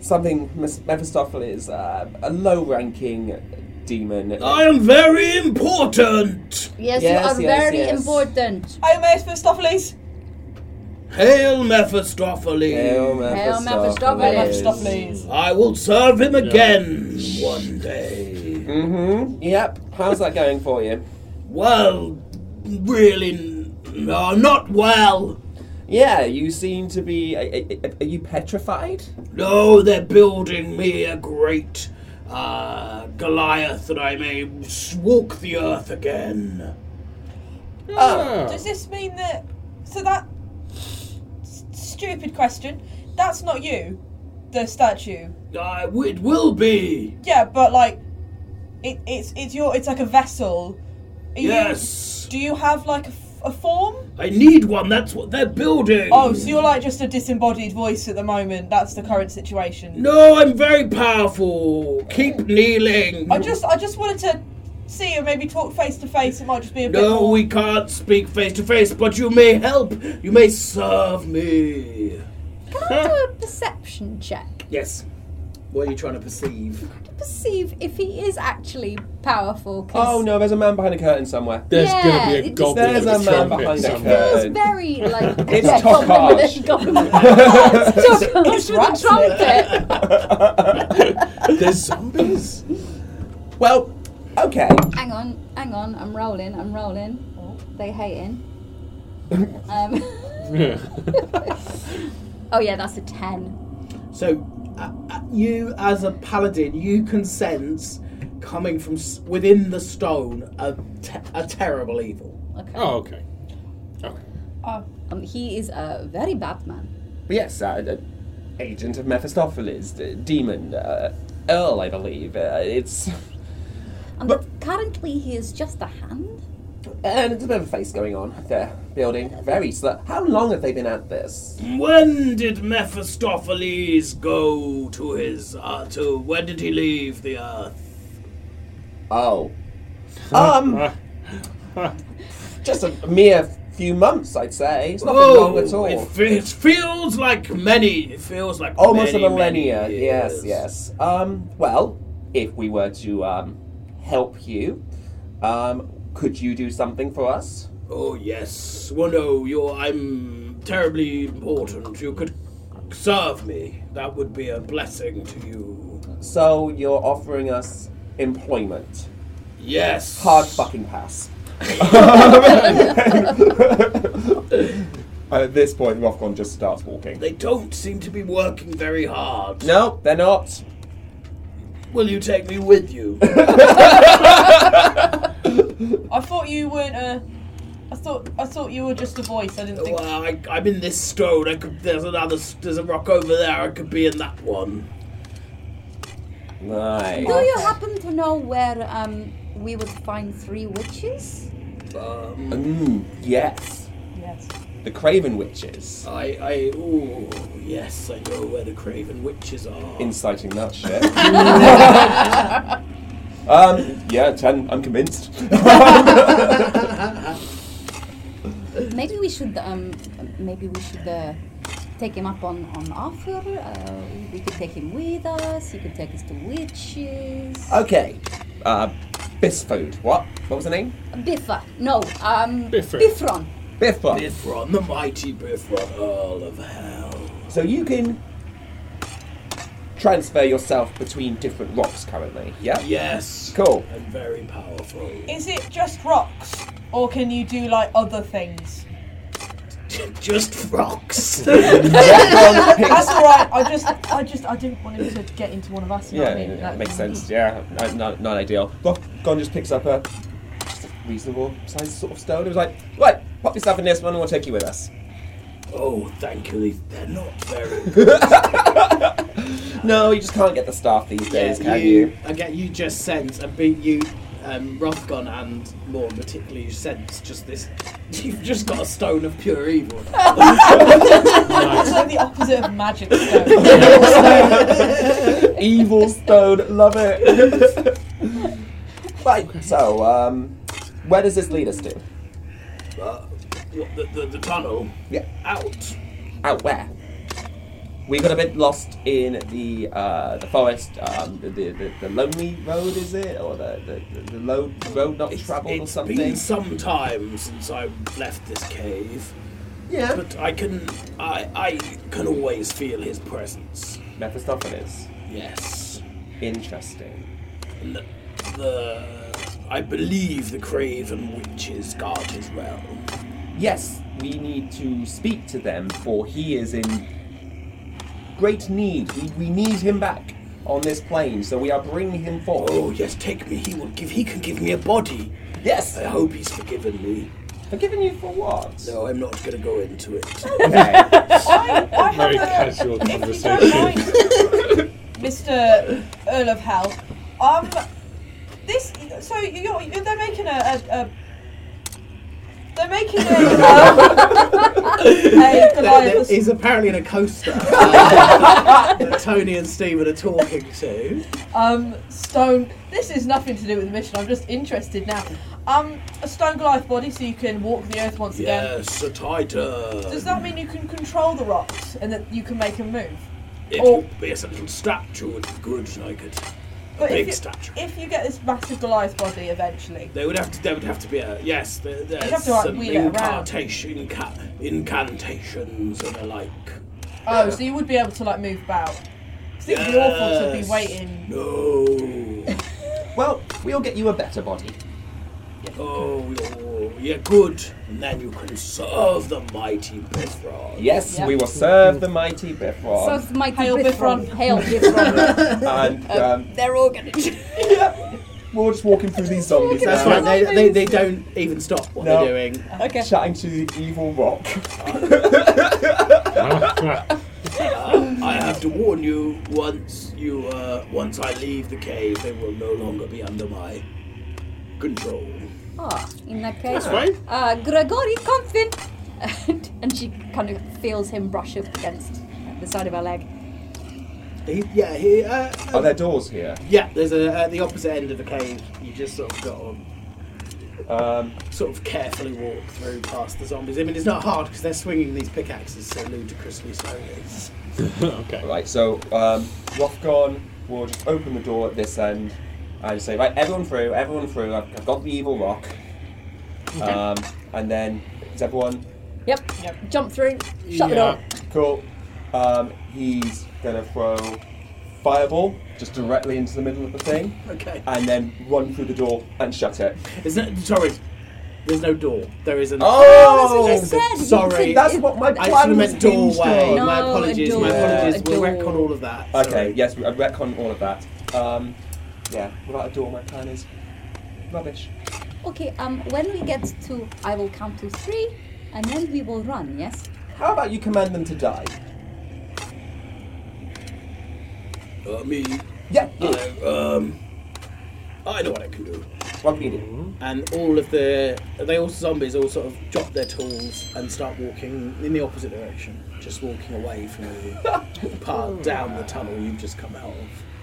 [SPEAKER 2] something Mes- Mephistopheles, uh, a low-ranking demon.
[SPEAKER 3] I am very important.
[SPEAKER 1] Yes,
[SPEAKER 2] Yes,
[SPEAKER 1] you are
[SPEAKER 2] yes,
[SPEAKER 1] very
[SPEAKER 2] yes.
[SPEAKER 1] important.
[SPEAKER 4] Are you Mephistopheles?
[SPEAKER 3] Hail Mephistopheles!
[SPEAKER 2] Hail
[SPEAKER 1] Hail
[SPEAKER 4] I'm
[SPEAKER 1] Mephistopheles.
[SPEAKER 4] Mephistopheles.
[SPEAKER 3] I will serve him again one day.
[SPEAKER 2] Mm-hmm. Yep. How's that going for you?
[SPEAKER 3] Well, really, n- no, not well.
[SPEAKER 2] Yeah, you seem to be. Are, are- are you petrified?
[SPEAKER 3] No, they're building me a great uh, Goliath that I may s- walk the earth again.
[SPEAKER 5] Ah,
[SPEAKER 2] Oh.
[SPEAKER 4] Does this mean that? So that s- stupid question. That's not you, the statue.
[SPEAKER 3] I, Uh, it will be.
[SPEAKER 4] Yeah, but like, it, it's it's your it's like a vessel. Are you-
[SPEAKER 3] Yes.
[SPEAKER 4] do you have like a, f- a form?
[SPEAKER 3] I need one. That's what they're building.
[SPEAKER 4] Oh, so you're like just a disembodied voice at the moment. That's the current situation.
[SPEAKER 3] No, I'm very powerful. Keep kneeling.
[SPEAKER 4] I just I just wanted to see you maybe talk face to face. It might just be a bit.
[SPEAKER 3] No,
[SPEAKER 4] more-
[SPEAKER 3] we can't speak face to face, but you may help. You may serve me.
[SPEAKER 1] Can I do a perception check
[SPEAKER 3] Yes. What are you trying to perceive?
[SPEAKER 1] to perceive if he is actually powerful? 'cause
[SPEAKER 2] Oh no, there's a man behind a curtain somewhere.
[SPEAKER 5] There's
[SPEAKER 1] Yeah,
[SPEAKER 5] gonna be a
[SPEAKER 1] it just-
[SPEAKER 5] goblin
[SPEAKER 2] There's
[SPEAKER 5] with
[SPEAKER 2] a man
[SPEAKER 5] trumpet
[SPEAKER 2] behind that
[SPEAKER 5] somewhere.
[SPEAKER 1] It
[SPEAKER 2] Uh,
[SPEAKER 1] feels very like
[SPEAKER 2] It's
[SPEAKER 1] yeah,
[SPEAKER 2] Tosh
[SPEAKER 1] goblin
[SPEAKER 2] Harsh.
[SPEAKER 1] with- goblin with- It's Tosh Harsh with a
[SPEAKER 4] rats, isn't
[SPEAKER 1] trumpet.
[SPEAKER 5] There's zombies.
[SPEAKER 2] well, okay.
[SPEAKER 1] Hang on, hang on. I'm rolling. I'm rolling. They hating. Um, oh yeah, that's a ten.
[SPEAKER 3] So, uh, uh, you as a paladin, you can sense coming from s- within the stone a, te- a terrible evil.
[SPEAKER 1] Okay.
[SPEAKER 5] oh, okay. Okay.
[SPEAKER 1] Um, he is a very bad man.
[SPEAKER 2] But yes, uh, uh, agent of Mephistopheles, d- demon, uh, Earl, I believe. Uh, it's
[SPEAKER 1] And
[SPEAKER 2] But-
[SPEAKER 1] currently, he is just a hand.
[SPEAKER 2] and it's a bit of a face going on. They're building very slow. How long have they been at this?
[SPEAKER 3] When did Mephistopheles go to his uh, to? When did he leave the earth?
[SPEAKER 2] Oh, um,
[SPEAKER 5] Ah,
[SPEAKER 2] just a mere few months, I'd say. It's not
[SPEAKER 3] Oh,
[SPEAKER 2] been long at all.
[SPEAKER 3] It, fe- it feels like many. It feels like
[SPEAKER 2] Almost
[SPEAKER 3] many,
[SPEAKER 2] a millennia.
[SPEAKER 3] many
[SPEAKER 2] Yes,
[SPEAKER 3] years.
[SPEAKER 2] yes. Um, well, if we were to um, help you, um, could you do something for us?
[SPEAKER 3] Oh yes. Well, no, you're. I'm terribly important. You could serve me. That would be a blessing to you.
[SPEAKER 2] So you're offering us employment.
[SPEAKER 3] Yes.
[SPEAKER 2] Hard fucking pass. At this point, Rothcon just starts walking.
[SPEAKER 3] They don't seem to be working very hard.
[SPEAKER 2] No, they're not.
[SPEAKER 3] Will you take me with you?
[SPEAKER 4] I thought you weren't a. I thought I thought you were just a voice. I didn't think.
[SPEAKER 3] well, I, I'm in this stone. I could. There's another. s- There's a rock over there. I could be in that one.
[SPEAKER 2] Nice.
[SPEAKER 1] Do you happen to know where um, we would find three witches?
[SPEAKER 3] Um,
[SPEAKER 2] Mm, yes.
[SPEAKER 4] Yes.
[SPEAKER 2] The Craven Witches.
[SPEAKER 3] I. I. Ooh. Yes, I know where the Craven witches are.
[SPEAKER 2] Inciting that shit. um, yeah, 10. I'm convinced.
[SPEAKER 1] Maybe we should. Um, maybe we should uh, take him up on on offer. Uh, we could take him with us. He could take us to witches.
[SPEAKER 2] Okay. Uh, Bisfood. What? What was the name?
[SPEAKER 1] Biffa. No. Um,
[SPEAKER 5] Biffer.
[SPEAKER 1] Bifron.
[SPEAKER 2] Biffood.
[SPEAKER 3] Bifron, the mighty Bifron, Earl of Hell.
[SPEAKER 2] so you can transfer yourself between different rocks currently. Yeah?
[SPEAKER 3] Yes.
[SPEAKER 2] Cool.
[SPEAKER 3] I'm very powerful.
[SPEAKER 4] Is it just rocks, or can you do like other things?
[SPEAKER 3] Just rocks.
[SPEAKER 4] That's all right. I just, I just, I didn't want him to get into one of us. you know
[SPEAKER 2] Yeah,
[SPEAKER 4] what I mean?
[SPEAKER 2] yeah,
[SPEAKER 4] Like-
[SPEAKER 2] makes sense. Yeah, no- not, not ideal. Rock Gon just picks up a just a reasonable sized sort of stone. It was like, right, pop yourself in this one and we'll take you with us.
[SPEAKER 3] oh, thankfully they're not very.
[SPEAKER 2] No, you just can't get the staff these days,
[SPEAKER 3] Yeah,
[SPEAKER 2] can
[SPEAKER 3] you,
[SPEAKER 2] you?
[SPEAKER 3] I get you just sense, and beat you, um, Rothgon, and more particularly, you sense just this. You've just got a stone of pure evil.
[SPEAKER 4] It's like the opposite of magic stone.
[SPEAKER 2] Evil stone, love it. right, so um, where does this lead us to?
[SPEAKER 3] But what, the, the, the tunnel
[SPEAKER 2] Yeah,
[SPEAKER 3] out.
[SPEAKER 2] out where? We got a bit lost in the uh, the forest. Um, the, the the lonely road is it, or the the, the, the low road not traveled or
[SPEAKER 3] It's
[SPEAKER 2] something?
[SPEAKER 3] been some time since I left this cave,
[SPEAKER 2] yeah,
[SPEAKER 3] but I can I I can always feel his presence.
[SPEAKER 2] Mephistopheles.
[SPEAKER 3] Yes,
[SPEAKER 2] Interesting.
[SPEAKER 3] and the, the I believe the Craven witches guard his realm.
[SPEAKER 2] Yes, we need to speak to them, for he is in great need. We, we need him back on this plane, so we are bringing him forward.
[SPEAKER 3] Oh yes, take me. He will give. He can give me a body.
[SPEAKER 2] yes!
[SPEAKER 3] I hope he's forgiven me.
[SPEAKER 2] Forgiven you for what?
[SPEAKER 3] No, I'm not going to go into it.
[SPEAKER 2] Okay.
[SPEAKER 4] I have
[SPEAKER 5] Very
[SPEAKER 4] a-
[SPEAKER 5] casual
[SPEAKER 4] If you don't
[SPEAKER 5] conversation.
[SPEAKER 4] mind, Mr. Earl of Hell, um, this. So you're, you're they're making a. a, a they're making a. Um, a
[SPEAKER 3] There- there
[SPEAKER 4] Goliath.
[SPEAKER 3] is apparently in a coaster uh, that Tony and Steven are talking to.
[SPEAKER 4] um, stone. This is nothing to do with the mission. I'm just interested now. Um, a stone Goliath body, so you can walk the earth once again.
[SPEAKER 3] Yes, a titan.
[SPEAKER 4] Does that mean you can control the rocks and that you can make them move?
[SPEAKER 3] If
[SPEAKER 4] or-
[SPEAKER 3] you, yes, a little statue would be good, like it. A
[SPEAKER 4] But if
[SPEAKER 3] big
[SPEAKER 4] you-
[SPEAKER 3] statue.
[SPEAKER 4] If you get this massive Goliath body eventually,
[SPEAKER 3] They would have to. There would have to be a yes. There, there's
[SPEAKER 4] have to, like,
[SPEAKER 3] some
[SPEAKER 4] wheel it around.
[SPEAKER 3] incantation, inca- incantations and the like.
[SPEAKER 4] Oh, so you would be able to like move about. 'Cause it would be awful to be
[SPEAKER 3] Yes.
[SPEAKER 4] waiting.
[SPEAKER 3] No.
[SPEAKER 2] well, we'll get you a better body.
[SPEAKER 3] Oh, you're, you're good. And then you can serve the mighty Bifrost.
[SPEAKER 2] Yes,
[SPEAKER 4] Yep.
[SPEAKER 2] we will serve the mighty Bifrost.
[SPEAKER 1] Serve mighty
[SPEAKER 4] Hail
[SPEAKER 1] Bithron.
[SPEAKER 4] Bithron.
[SPEAKER 1] Hail Bithron.
[SPEAKER 2] and um,
[SPEAKER 1] They're all gonna.
[SPEAKER 2] yeah, we're just walking through these zombies
[SPEAKER 3] That's
[SPEAKER 2] now.
[SPEAKER 3] right. They, they, they don't even stop what
[SPEAKER 2] No.
[SPEAKER 3] they're doing.
[SPEAKER 1] okay.
[SPEAKER 2] Chatting to the evil rock.
[SPEAKER 3] I have to warn you. Once you, uh, once I leave the cave, they will no longer be under my control.
[SPEAKER 1] Ah, in that case,
[SPEAKER 5] Right?
[SPEAKER 1] uh, Gregory Comfin. And, and she kind of feels him brush up against the side of her leg.
[SPEAKER 3] He, yeah. He, uh,
[SPEAKER 2] Are there doors here?
[SPEAKER 3] yeah. There's a at the opposite end of the cave. You just sort of got to
[SPEAKER 2] Um,
[SPEAKER 3] sort of carefully walk through past the zombies. I mean, it's not hard because they're swinging these pickaxes so ludicrously slowly.
[SPEAKER 5] okay.
[SPEAKER 2] Right, so um, Rothgon will just open the door at this end and say, right, everyone through, everyone through. I've, I've got the evil rock. Um, and then is everyone
[SPEAKER 1] Yep.
[SPEAKER 4] Yep.
[SPEAKER 1] Jump through. Shut the
[SPEAKER 5] Yeah.
[SPEAKER 1] door.
[SPEAKER 2] cool? Um, he's gonna throw fireball just directly into the middle of the thing,
[SPEAKER 3] Okay.
[SPEAKER 2] and then run through the door and shut it.
[SPEAKER 3] There's no, sorry. There's no door. There is an.
[SPEAKER 1] Oh,
[SPEAKER 2] Oh,
[SPEAKER 1] that's what you said.
[SPEAKER 3] Sorry.
[SPEAKER 1] You said
[SPEAKER 2] that's what my
[SPEAKER 1] I
[SPEAKER 3] I
[SPEAKER 2] plan
[SPEAKER 3] should have
[SPEAKER 2] was
[SPEAKER 3] meant
[SPEAKER 2] hinged
[SPEAKER 3] doorway.
[SPEAKER 2] on.
[SPEAKER 1] No,
[SPEAKER 3] my apologies. My
[SPEAKER 2] a door,
[SPEAKER 3] apologies.
[SPEAKER 1] a
[SPEAKER 3] We'll
[SPEAKER 1] door.
[SPEAKER 3] wreck on all of that.
[SPEAKER 2] Okay,
[SPEAKER 3] Sorry.
[SPEAKER 2] yes, I retcon all of that. Um, yeah, without a door, my plan is rubbish.
[SPEAKER 1] Okay. Um. When we get to, I will count to three, and then we will run. Yes.
[SPEAKER 2] How about you command them to die?
[SPEAKER 3] Uh, me.
[SPEAKER 2] Yeah, you.
[SPEAKER 3] I, um. I know what I can do.
[SPEAKER 2] What do you do?
[SPEAKER 3] And all of the they all zombies all sort of drop their tools and start walking in the opposite direction, just walking away from the path down the tunnel you've just come out of.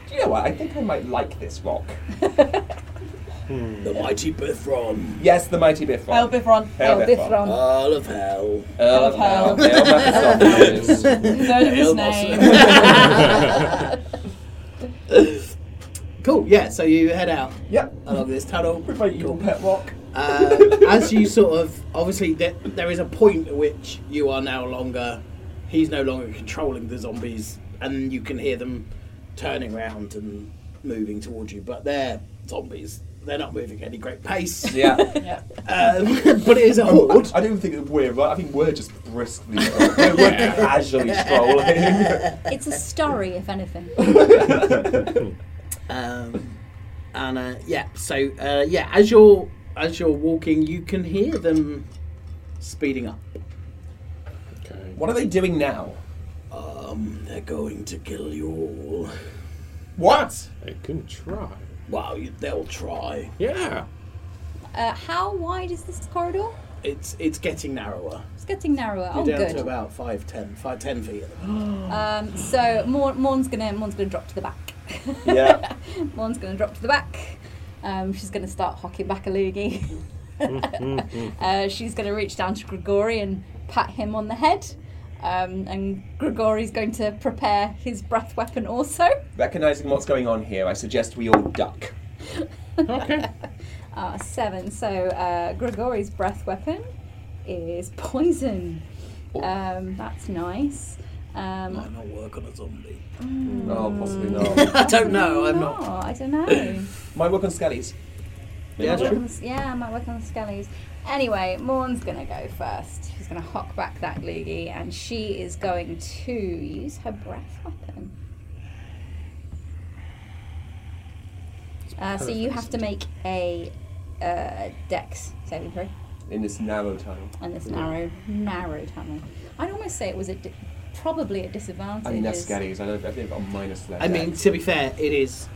[SPEAKER 2] Do you know what? I think I might like this rock.
[SPEAKER 3] The mighty Bithron,
[SPEAKER 2] Yes, the mighty Bifron.
[SPEAKER 4] Hail Bifron.
[SPEAKER 1] Hail Bithron.
[SPEAKER 3] Earl of Hell.
[SPEAKER 2] Earl of Hell. Hail Mephistopheles.
[SPEAKER 4] Known of his
[SPEAKER 3] Hail
[SPEAKER 4] name.
[SPEAKER 3] Boss. cool. Yeah. So you head out
[SPEAKER 2] Yep.
[SPEAKER 3] along this tunnel.
[SPEAKER 2] With my evil
[SPEAKER 3] Cool.
[SPEAKER 2] pet rock.
[SPEAKER 3] uh, as you sort of obviously there, there is a point at which you are no longer he's no longer controlling the zombies and you can hear them turning around and moving towards you, but they're zombies. They're not moving at any great pace.
[SPEAKER 2] Yeah.
[SPEAKER 4] Yeah.
[SPEAKER 3] Um, but it is a horde.
[SPEAKER 2] I don't think we're right. I think we're just briskly strolling. we're, we're casually strolling.
[SPEAKER 1] It's a story, if anything.
[SPEAKER 3] Um, and uh, yeah, so uh, yeah, as you're as you're walking, you can hear them speeding up.
[SPEAKER 5] Okay.
[SPEAKER 2] what are they doing now?
[SPEAKER 3] Um, they're going to kill you all.
[SPEAKER 2] What?
[SPEAKER 5] They can try.
[SPEAKER 3] Well, you, they'll try.
[SPEAKER 5] Yeah.
[SPEAKER 1] Uh, how wide is this corridor?
[SPEAKER 3] It's it's getting narrower.
[SPEAKER 1] It's getting narrower.
[SPEAKER 3] You're
[SPEAKER 1] oh,
[SPEAKER 3] down to
[SPEAKER 1] good.
[SPEAKER 3] about five ten, five ten feet. At the moment.
[SPEAKER 1] Um, so Morn, Morn's gonna Morn's gonna drop to the back.
[SPEAKER 2] Yeah.
[SPEAKER 1] Morn's gonna drop to the back. Um, she's gonna start hocking back a loogie. uh, she's gonna reach down to Grigori and pat him on the head. Um, and Grigori's going to prepare his breath weapon also.
[SPEAKER 2] Recognizing what's going on here, I suggest we all duck.
[SPEAKER 5] Okay.
[SPEAKER 1] Uh, seven. So uh, Grigori's breath weapon is poison.
[SPEAKER 3] Oh.
[SPEAKER 1] Um, that's nice. Um,
[SPEAKER 3] Might not work on a zombie.
[SPEAKER 2] No, possibly not.
[SPEAKER 3] I don't know. I'm not.
[SPEAKER 1] Oh, I don't know.
[SPEAKER 2] Might Mm. work on skellies.
[SPEAKER 3] Yeah,
[SPEAKER 1] Might work
[SPEAKER 3] sure.
[SPEAKER 1] on the- yeah, I might work on the skellies. Anyway, Morn's gonna go first. She's gonna hock back that loogie, and she is going to use her breath weapon. Uh, so you have to make a uh, dex saving throw
[SPEAKER 2] In this narrow time.
[SPEAKER 1] on this narrow, narrow tunnel. I'd almost say it was a di- probably a disadvantage.
[SPEAKER 2] I mean, that's
[SPEAKER 1] is-
[SPEAKER 2] skellies. I don't I think I've got a minus there.
[SPEAKER 3] I mean, to be fair, it is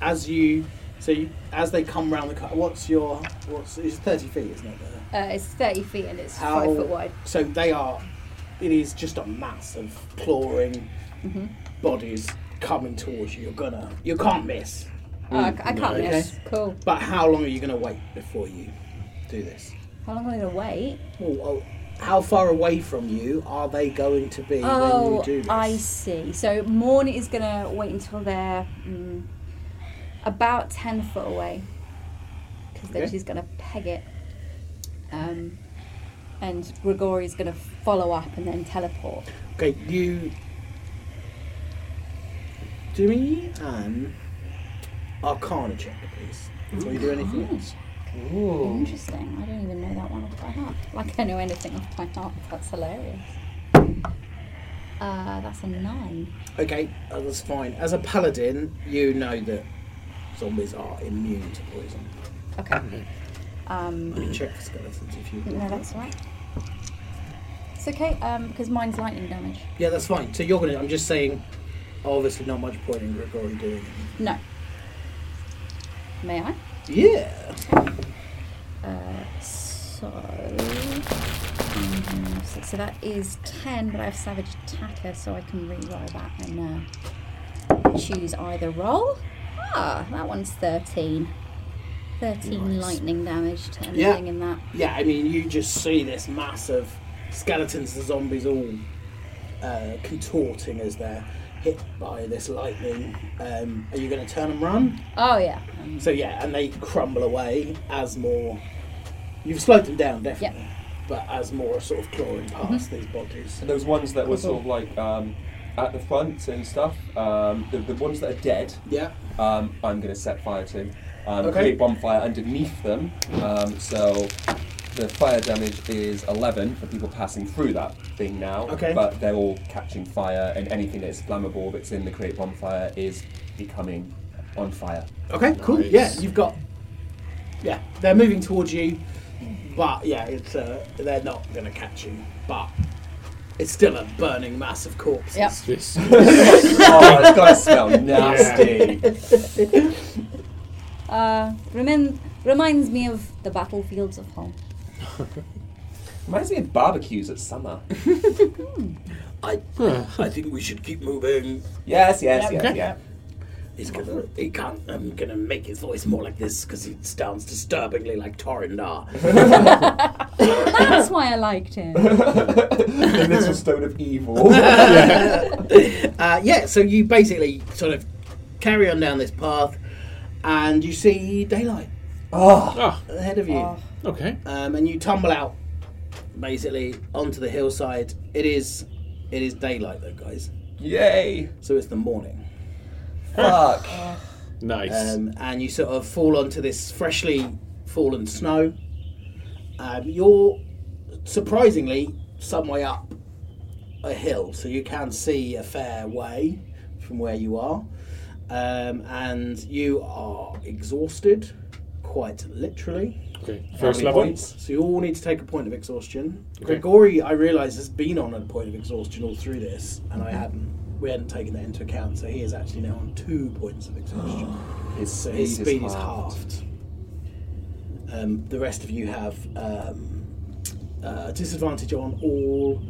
[SPEAKER 3] as you so you, as they come round the car. What's your what's it's thirty feet, isn't it?
[SPEAKER 1] Uh, it's thirty feet and it's
[SPEAKER 3] How-
[SPEAKER 1] five foot wide.
[SPEAKER 3] So they are. It is just a mass of clawing
[SPEAKER 1] Mm-hmm.
[SPEAKER 3] bodies coming towards you. You're gonna. You can't miss.
[SPEAKER 1] Oh, I, c- I can't
[SPEAKER 3] Mm. okay.
[SPEAKER 1] miss. Cool.
[SPEAKER 3] But how long are you gonna wait before you do this?
[SPEAKER 1] How long am I gonna wait?
[SPEAKER 3] Well,
[SPEAKER 1] oh.
[SPEAKER 3] well, how far away from you are they going to be when
[SPEAKER 1] Oh,
[SPEAKER 3] you do this?
[SPEAKER 1] I see. So Morn is gonna wait until they're mm, about ten foot away, because then
[SPEAKER 3] Okay.
[SPEAKER 1] she's gonna peg it, um, and Grigori's gonna follow up and then teleport.
[SPEAKER 3] Okay, you. Do me an Arcana check, please. Before you do anything else.
[SPEAKER 1] Interesting. I don't even know that one off by heart. Like I know anything off by heart. That's hilarious. Uh, that's a nine.
[SPEAKER 3] Okay, uh, that's fine. As a paladin, you know that zombies are immune to poison.
[SPEAKER 1] Okay. Um,
[SPEAKER 3] You can check for skeletons if you.
[SPEAKER 1] no, that's all right. It's okay um, because mine's lightning damage.
[SPEAKER 3] Yeah, that's fine. So you're gonna. I'm just saying. Obviously, not much point in Grigori doing it.
[SPEAKER 1] No. May I?
[SPEAKER 3] Yeah.
[SPEAKER 1] Uh, so. Mhm, so- So that is 10, but I have Savage Attacker, so I can reroll that and uh, choose either roll. Ah, that one's 13. 13 lightning damage to anything
[SPEAKER 3] Yeah.
[SPEAKER 1] in that.
[SPEAKER 3] Yeah, I mean, you just see this mass of skeletons and zombies all uh, contorting as they're hit by this lightning. Um, are you going to turn and run?
[SPEAKER 1] Oh, yeah. Um,
[SPEAKER 3] So yeah, and they crumble away as more. You've slowed them down definitely, but as more are sort of clawing past these bodies.
[SPEAKER 2] And those ones that were sort of like um, at the front and stuff, um, the, the ones that are dead,
[SPEAKER 3] Yeah.
[SPEAKER 2] um, I'm going to set fire to. Um,
[SPEAKER 3] Okay.
[SPEAKER 2] Create bonfire underneath them. Um, so the fire damage is 11 for people passing through that thing now.
[SPEAKER 3] Okay.
[SPEAKER 2] But they're all catching fire, and anything that's flammable that's in the create bonfire is becoming on fire.
[SPEAKER 3] Okay. Cool.
[SPEAKER 5] Nice.
[SPEAKER 3] Yeah, you've got. Yeah, they're moving towards you, but yeah, it's uh, they're not going to catch you, but. It's still a burning mass of corpses.
[SPEAKER 1] Yep.
[SPEAKER 5] This.
[SPEAKER 2] oh, it's got to smell nasty.
[SPEAKER 1] Uh, remin- reminds me of the battlefields of home.
[SPEAKER 2] Reminds me of barbecues at summer.
[SPEAKER 7] I, I think we should keep moving.
[SPEAKER 2] Yes, yes,
[SPEAKER 4] Yeah,
[SPEAKER 2] yes,
[SPEAKER 4] okay.
[SPEAKER 2] yeah.
[SPEAKER 7] He's gonna, he can't,
[SPEAKER 3] um,
[SPEAKER 7] I'm gonna make his voice more like this because he sounds disturbingly like Torindar.
[SPEAKER 1] That's why I liked him.
[SPEAKER 2] the little stone of evil.
[SPEAKER 3] Uh, yeah, so you basically sort of carry on down this path, and you see daylight
[SPEAKER 2] oh,
[SPEAKER 5] Ah,
[SPEAKER 3] ahead of you.
[SPEAKER 4] Oh.
[SPEAKER 5] okay.
[SPEAKER 3] um, and you tumble out basically onto the hillside. It is it is daylight though, guys.
[SPEAKER 2] yay.
[SPEAKER 3] So it's the morning.
[SPEAKER 2] Fuck.
[SPEAKER 5] Nice.
[SPEAKER 3] um, and you sort of fall onto this freshly fallen snow. Um, you're surprisingly some way up a hill, so you can see a fair way from where you are. Um, and you are exhausted, quite literally.
[SPEAKER 5] okay.
[SPEAKER 2] How
[SPEAKER 5] First
[SPEAKER 2] many
[SPEAKER 5] level.
[SPEAKER 2] points?
[SPEAKER 3] So you all need to take a point of exhaustion.
[SPEAKER 5] Okay.
[SPEAKER 3] Grigori, I realise, has been on a point of exhaustion all through this, and I hadn't. We hadn't taken that into account, so he is actually now on two points of exhaustion.
[SPEAKER 2] His
[SPEAKER 3] So
[SPEAKER 2] speed,
[SPEAKER 3] his speed is
[SPEAKER 2] halved.
[SPEAKER 3] halved. Um, the rest of you have um, uh, disadvantage on all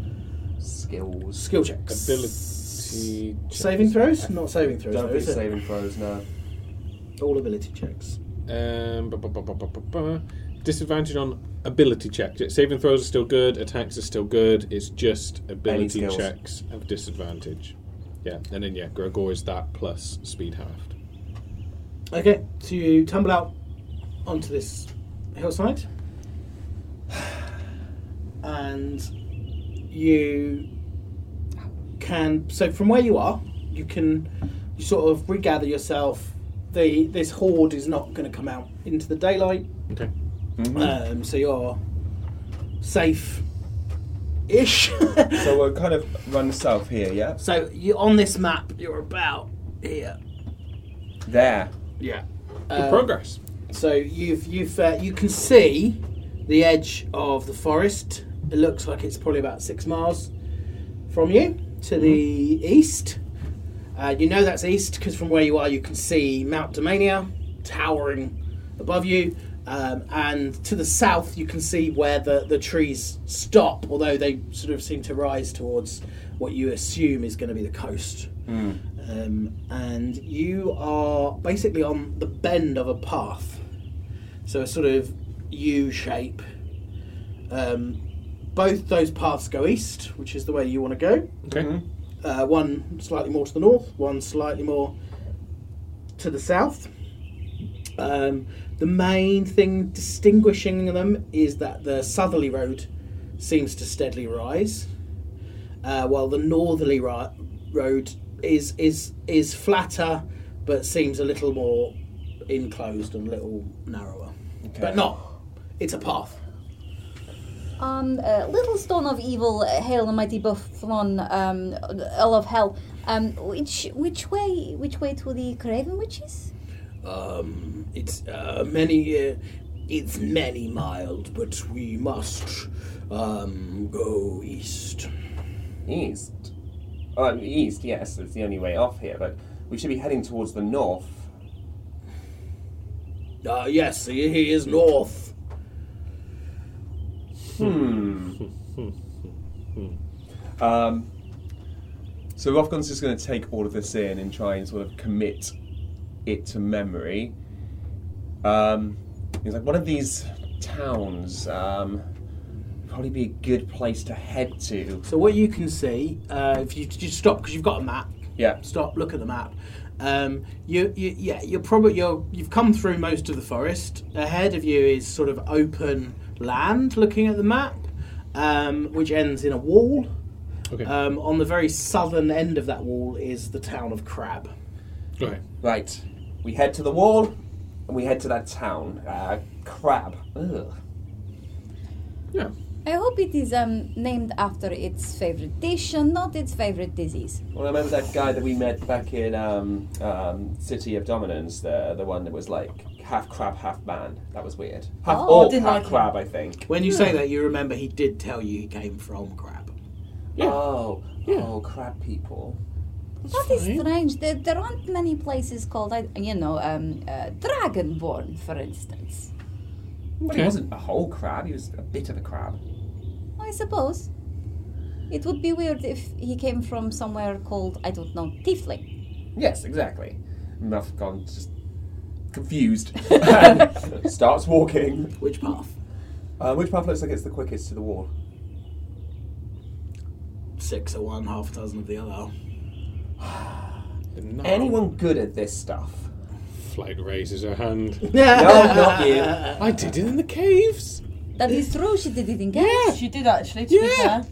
[SPEAKER 2] Skills.
[SPEAKER 3] skill checks.
[SPEAKER 5] Ability.
[SPEAKER 3] Saving throws? Not saving throws.
[SPEAKER 2] Don't
[SPEAKER 3] though,
[SPEAKER 2] be
[SPEAKER 3] is it?
[SPEAKER 2] saving throws now.
[SPEAKER 3] All ability checks.
[SPEAKER 5] Um, bu- bu- bu- bu- bu- bu- bu- disadvantage on ability checks. Saving throws are still good. Attacks are still good. It's just ability
[SPEAKER 2] skills.
[SPEAKER 5] checks have disadvantage. Yeah, and then yeah, Gregor is that plus speed halved.
[SPEAKER 3] Okay, so you tumble out onto this hillside, and you can. So from where you are, you can you sort of regather yourself. The this horde is not going to come out into the daylight,
[SPEAKER 5] Okay.
[SPEAKER 3] um, so you're safe. Ish.
[SPEAKER 5] uh,
[SPEAKER 2] So we'll kind of run south here, yeah?
[SPEAKER 3] so you on this map, you're about here. Uh,
[SPEAKER 2] There.
[SPEAKER 3] Yeah.
[SPEAKER 5] Good progress.
[SPEAKER 3] So you've you've uh, you can see the edge of the forest. It looks like it's probably about six miles from you to the east. Uh, you know that's east because from where you are, you can see Mount Domania towering above you, um, and to the south you can see where the the trees stop. Although they sort of seem to rise towards what you assume is going to be the coast um, and you are basically on the bend of a path, so a sort of U shape. Um, both those paths go east, which is the way you want to go.
[SPEAKER 5] Okay.
[SPEAKER 2] Mm-hmm.
[SPEAKER 3] Uh, one slightly more to the north, one slightly more to the south. Um, the main thing distinguishing them is that the southerly road seems to steadily rise, uh, while the northerly ri- road is is is flatter, but seems a little more enclosed and a little narrower.
[SPEAKER 2] Okay.
[SPEAKER 3] But not. It's a path.
[SPEAKER 1] Um, uh, little storm of evil, uh, hail the mighty Bufflon, um, all of hell. Um, which which way which way to the Craven Witches?
[SPEAKER 3] Um, it's uh, many. Uh, it's many miles, but we must um, go east.
[SPEAKER 2] East. Um, east, yes, it's the only way off here, but we should be heading towards the north.
[SPEAKER 3] Uh, yes, he, he is north.
[SPEAKER 2] Um, so Rothgun's just going to take all of this in and try and sort of commit it to memory. Um, he's like, one of these towns um, probably be a good place to head to.
[SPEAKER 3] So what you can see, uh, if you just stop because you've got a map.
[SPEAKER 2] Yeah.
[SPEAKER 3] Stop. Look at the map. Um, you, you, yeah, you're probably you're you've come through most of the forest. Ahead of you is sort of open land. Looking at the map, um, which ends in a wall.
[SPEAKER 5] Okay.
[SPEAKER 2] Uh,
[SPEAKER 3] Um, on the very southern end of that wall is the town of Crab.
[SPEAKER 5] okay.
[SPEAKER 2] Right, we head to the wall and we head to that town. Uh, crab. Ugh.
[SPEAKER 5] Yeah.
[SPEAKER 1] I hope it is um, named after its favorite dish and not its favorite disease.
[SPEAKER 2] Well, I remember that guy that we met back in um, um, City of Dominance, the the one that was like half crab, half man. That was weird. Half
[SPEAKER 1] Oh, I
[SPEAKER 2] orc, half
[SPEAKER 4] didn't like him.
[SPEAKER 2] crab, I think.
[SPEAKER 3] When you say that, you remember he did tell you he came from Crab.
[SPEAKER 5] Yeah.
[SPEAKER 2] Oh, oh, crab people.
[SPEAKER 1] That is strange. There, there aren't many places called, I- you know, um, uh, Dragonborn, for instance.
[SPEAKER 2] But
[SPEAKER 5] Okay.
[SPEAKER 2] he wasn't a whole crab. He was a bit of a crab.
[SPEAKER 1] I suppose. It would be weird if he came from somewhere called, I don't know, Tiefling.
[SPEAKER 2] Yes, exactly. Muff gone just confused. Starts walking.
[SPEAKER 3] Which path?
[SPEAKER 2] Uh, which path looks like it's the quickest to the wall?
[SPEAKER 3] Six of one, half a dozen of the other.
[SPEAKER 5] The gnarl
[SPEAKER 2] Anyone good at this stuff?
[SPEAKER 5] Flight raises her hand.
[SPEAKER 2] No, not you.
[SPEAKER 5] I did it in the caves.
[SPEAKER 1] That is true, she did it in Gaelic.
[SPEAKER 4] She did actually, to be
[SPEAKER 5] Yeah.
[SPEAKER 4] fair.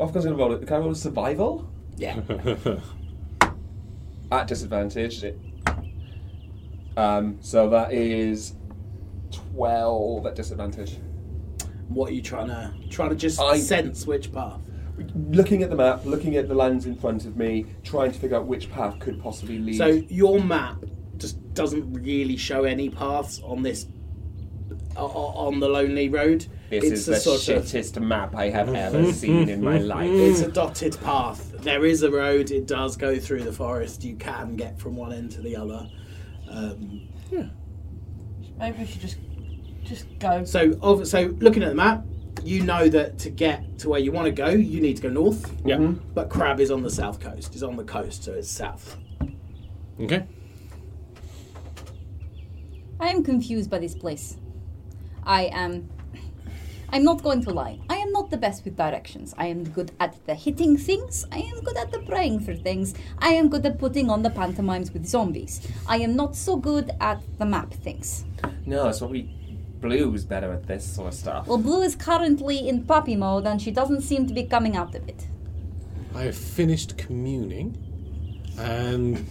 [SPEAKER 2] Ofcon's gonna roll it. Can I roll a survival?
[SPEAKER 3] Yeah.
[SPEAKER 2] at disadvantage. It- um, so that is twelve at disadvantage.
[SPEAKER 3] What are you trying to trying to just
[SPEAKER 2] I-
[SPEAKER 3] sense which path?
[SPEAKER 2] Looking at the map, looking at the lands in front of me, trying to figure out which path could possibly lead.
[SPEAKER 3] So your map just doesn't really show any paths on this o- o- on the lonely road.
[SPEAKER 2] this is
[SPEAKER 3] a
[SPEAKER 2] the shittest map I have ever seen in my life.
[SPEAKER 3] It's a dotted path. There is a road. It does go through the forest. You can get from one end to the other. Um,
[SPEAKER 4] Maybe we should just just go.
[SPEAKER 3] so, of, so looking at the map, you know that to get to where you want to go, you need to go north.
[SPEAKER 5] Yeah.
[SPEAKER 2] Mm-hmm.
[SPEAKER 3] But Crab is on the south coast. He's on the coast, so it's south.
[SPEAKER 5] Okay.
[SPEAKER 1] I am confused by this place. I am. I'm not going to lie. I am not the best with directions. I am good at the hitting things. I am good at the praying for things. I am good at putting on the pantomimes with zombies. I am not so good at the map things.
[SPEAKER 2] No, it's what we blues better at this sort of stuff.
[SPEAKER 1] Well, Blue is currently in puppy mode and she doesn't seem to be coming out of it.
[SPEAKER 5] I have finished communing, and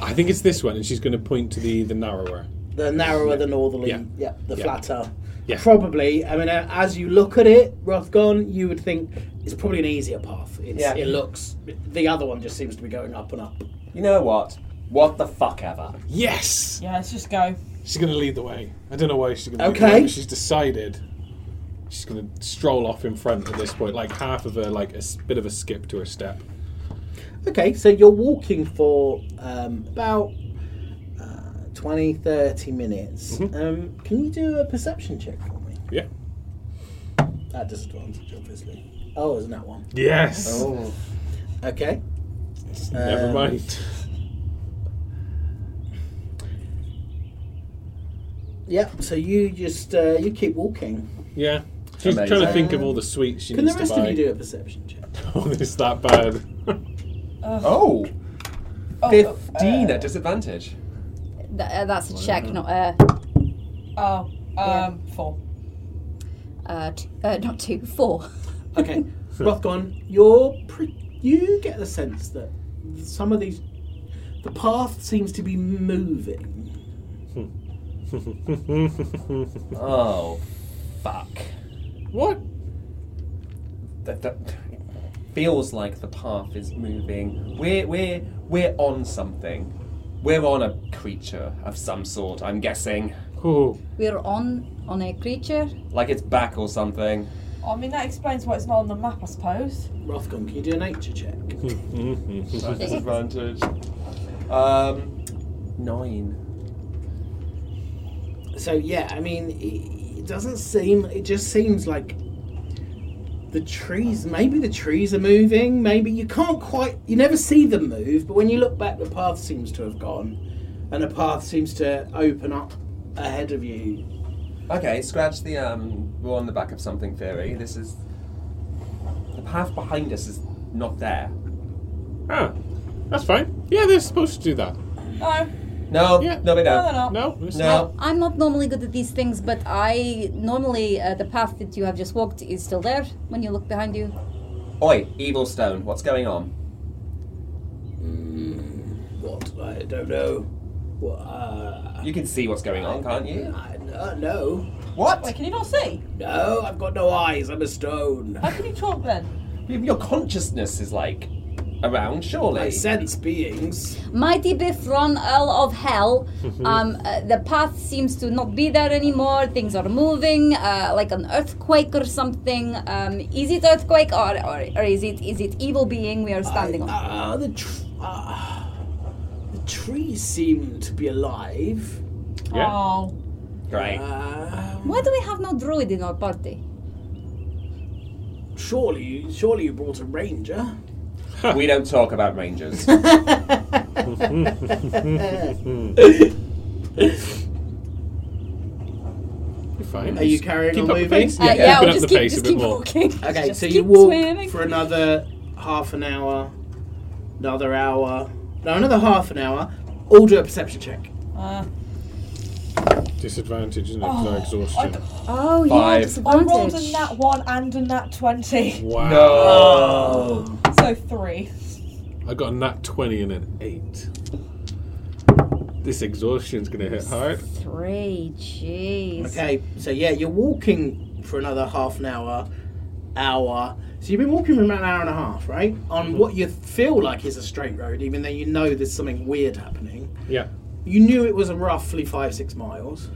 [SPEAKER 5] I think it's this one, and she's going to point to the the narrower.
[SPEAKER 3] The narrower, the northerly,
[SPEAKER 5] Yeah.
[SPEAKER 3] yeah. the
[SPEAKER 5] Yeah.
[SPEAKER 3] flatter.
[SPEAKER 5] Yeah.
[SPEAKER 3] Probably. I mean, uh, as you look at it, Rothgon, you would think it's probably an easier path. It's,
[SPEAKER 2] Yeah.
[SPEAKER 3] It looks. The other one just seems to be going up and up.
[SPEAKER 2] You know what? What the fuck ever.
[SPEAKER 5] Yes,
[SPEAKER 4] Yeah, let's just go.
[SPEAKER 5] she's going to lead the way. I don't know why she's going to.
[SPEAKER 3] Okay.
[SPEAKER 5] but she's decided she's going to stroll off in front at this point, like half of her, like a s- bit of a skip to her step.
[SPEAKER 3] Okay, so you're walking for um, about uh, 20, 30 minutes.
[SPEAKER 5] Mm-hmm.
[SPEAKER 3] Um, can you do a perception check for me?
[SPEAKER 5] Yeah.
[SPEAKER 3] At disadvantage, obviously. Oh, isn't that one?
[SPEAKER 5] Yes.
[SPEAKER 2] Oh.
[SPEAKER 3] Okay.
[SPEAKER 5] Never
[SPEAKER 3] Um,
[SPEAKER 5] mind.
[SPEAKER 3] Yep. So you just uh, you keep walking.
[SPEAKER 5] Yeah. She's
[SPEAKER 2] Amazing.
[SPEAKER 5] trying to think of all the sweets she
[SPEAKER 3] Can the
[SPEAKER 5] needs to
[SPEAKER 3] rest
[SPEAKER 5] buy.
[SPEAKER 3] of you do a perception check?
[SPEAKER 5] Oh, it's that bad.
[SPEAKER 2] Oh,
[SPEAKER 4] Oh,
[SPEAKER 2] 15 at disadvantage.
[SPEAKER 1] Th- uh, that's a check, uh, not a.
[SPEAKER 4] Oh, um, four.
[SPEAKER 1] Uh, t- uh, not two, four.
[SPEAKER 3] Okay. Rothgon, you're pre- you get the sense that some of these the path seems to be moving.
[SPEAKER 2] Oh, fuck.
[SPEAKER 5] what?
[SPEAKER 2] That, that feels like the path is moving. We're, we're, we're on something. We're on a creature of some sort, I'm guessing.
[SPEAKER 5] Oh,
[SPEAKER 1] We're on on a creature.
[SPEAKER 2] Like it's back or something.
[SPEAKER 4] I mean, that explains why it's not on the map, I suppose.
[SPEAKER 3] Rothgon, can you do a nature check?
[SPEAKER 2] At disadvantage. Um, nine.
[SPEAKER 3] So yeah, I mean, it, it doesn't seem. It just seems like the trees. Maybe the trees are moving. Maybe you can't quite. You never see them move, but when you look back, the path seems to have gone, and the path seems to open up ahead of you.
[SPEAKER 2] Okay, scratch the um, we're on the back of something theory. This is. The path behind us is not there.
[SPEAKER 5] ah, that's fine. Yeah, they're supposed to do that.
[SPEAKER 4] No,
[SPEAKER 2] No,
[SPEAKER 5] Yeah.
[SPEAKER 2] no, they
[SPEAKER 4] no, they're
[SPEAKER 2] don't.
[SPEAKER 4] not.
[SPEAKER 5] No, it's
[SPEAKER 2] No.
[SPEAKER 1] I'm not normally good at these things, but I normally uh, the path that you have just walked is still there when you look behind you.
[SPEAKER 2] Oi, evil stone, what's going on?
[SPEAKER 3] Hmm, What? I don't know. What? Uh,
[SPEAKER 2] You can see what's going on, can't you?
[SPEAKER 3] I, uh, no,
[SPEAKER 4] Wait,
[SPEAKER 2] What?
[SPEAKER 4] can you not see?
[SPEAKER 3] no. I've got no eyes. I'm a stone.
[SPEAKER 4] How can you talk then?
[SPEAKER 2] Your consciousness is like around,
[SPEAKER 3] I
[SPEAKER 2] surely.
[SPEAKER 3] sense beings.
[SPEAKER 1] Mighty Bifron, Earl of Hell. um, uh, the path seems to not be there anymore. Things are moving, uh, like an earthquake or something. Um, is it earthquake or, or, or is it is it evil being we are standing on?
[SPEAKER 3] Uh, the, tr- uh, the trees seem to be alive.
[SPEAKER 5] Yeah.
[SPEAKER 4] Oh,
[SPEAKER 2] Great.
[SPEAKER 3] Um,
[SPEAKER 1] Why do we have no druid in our party?
[SPEAKER 3] surely, you, surely you brought a ranger.
[SPEAKER 2] we don't talk about rangers.
[SPEAKER 5] You're fine.
[SPEAKER 3] Are you
[SPEAKER 5] Just
[SPEAKER 3] carrying
[SPEAKER 5] keep
[SPEAKER 3] on
[SPEAKER 5] up the
[SPEAKER 3] moving?
[SPEAKER 5] pace.
[SPEAKER 1] Uh,
[SPEAKER 5] Yeah,
[SPEAKER 1] yeah,
[SPEAKER 5] open
[SPEAKER 1] I'll
[SPEAKER 5] up
[SPEAKER 1] just
[SPEAKER 5] the
[SPEAKER 1] keep,
[SPEAKER 5] pace
[SPEAKER 1] just
[SPEAKER 5] a bit
[SPEAKER 1] keep
[SPEAKER 5] more.
[SPEAKER 1] walking.
[SPEAKER 3] Okay,
[SPEAKER 1] Just
[SPEAKER 3] so you
[SPEAKER 1] keep
[SPEAKER 3] walk
[SPEAKER 1] swimming.
[SPEAKER 3] for another half an hour, another hour, no, another half an hour. All do a perception check.
[SPEAKER 4] uh,
[SPEAKER 5] Disadvantage, isn't it?
[SPEAKER 4] Oh,
[SPEAKER 5] 'cause of
[SPEAKER 4] I,
[SPEAKER 5] exhaustion.
[SPEAKER 1] Oh, yeah,
[SPEAKER 2] Five.
[SPEAKER 4] I rolled
[SPEAKER 1] disadvantage.
[SPEAKER 4] a nat one and a nat twenty,
[SPEAKER 5] Wow.
[SPEAKER 2] No.
[SPEAKER 4] so three.
[SPEAKER 5] I got a nat 20 and an 8. This exhaustion's gonna hit hard.
[SPEAKER 1] Three, jeez.
[SPEAKER 3] Okay, so yeah, you're walking for another half an hour, hour. So you've been walking for about an hour and a half, right? On what you feel like is a straight road, even though you know there's something weird happening.
[SPEAKER 5] Yeah.
[SPEAKER 3] You knew it was roughly five, six miles.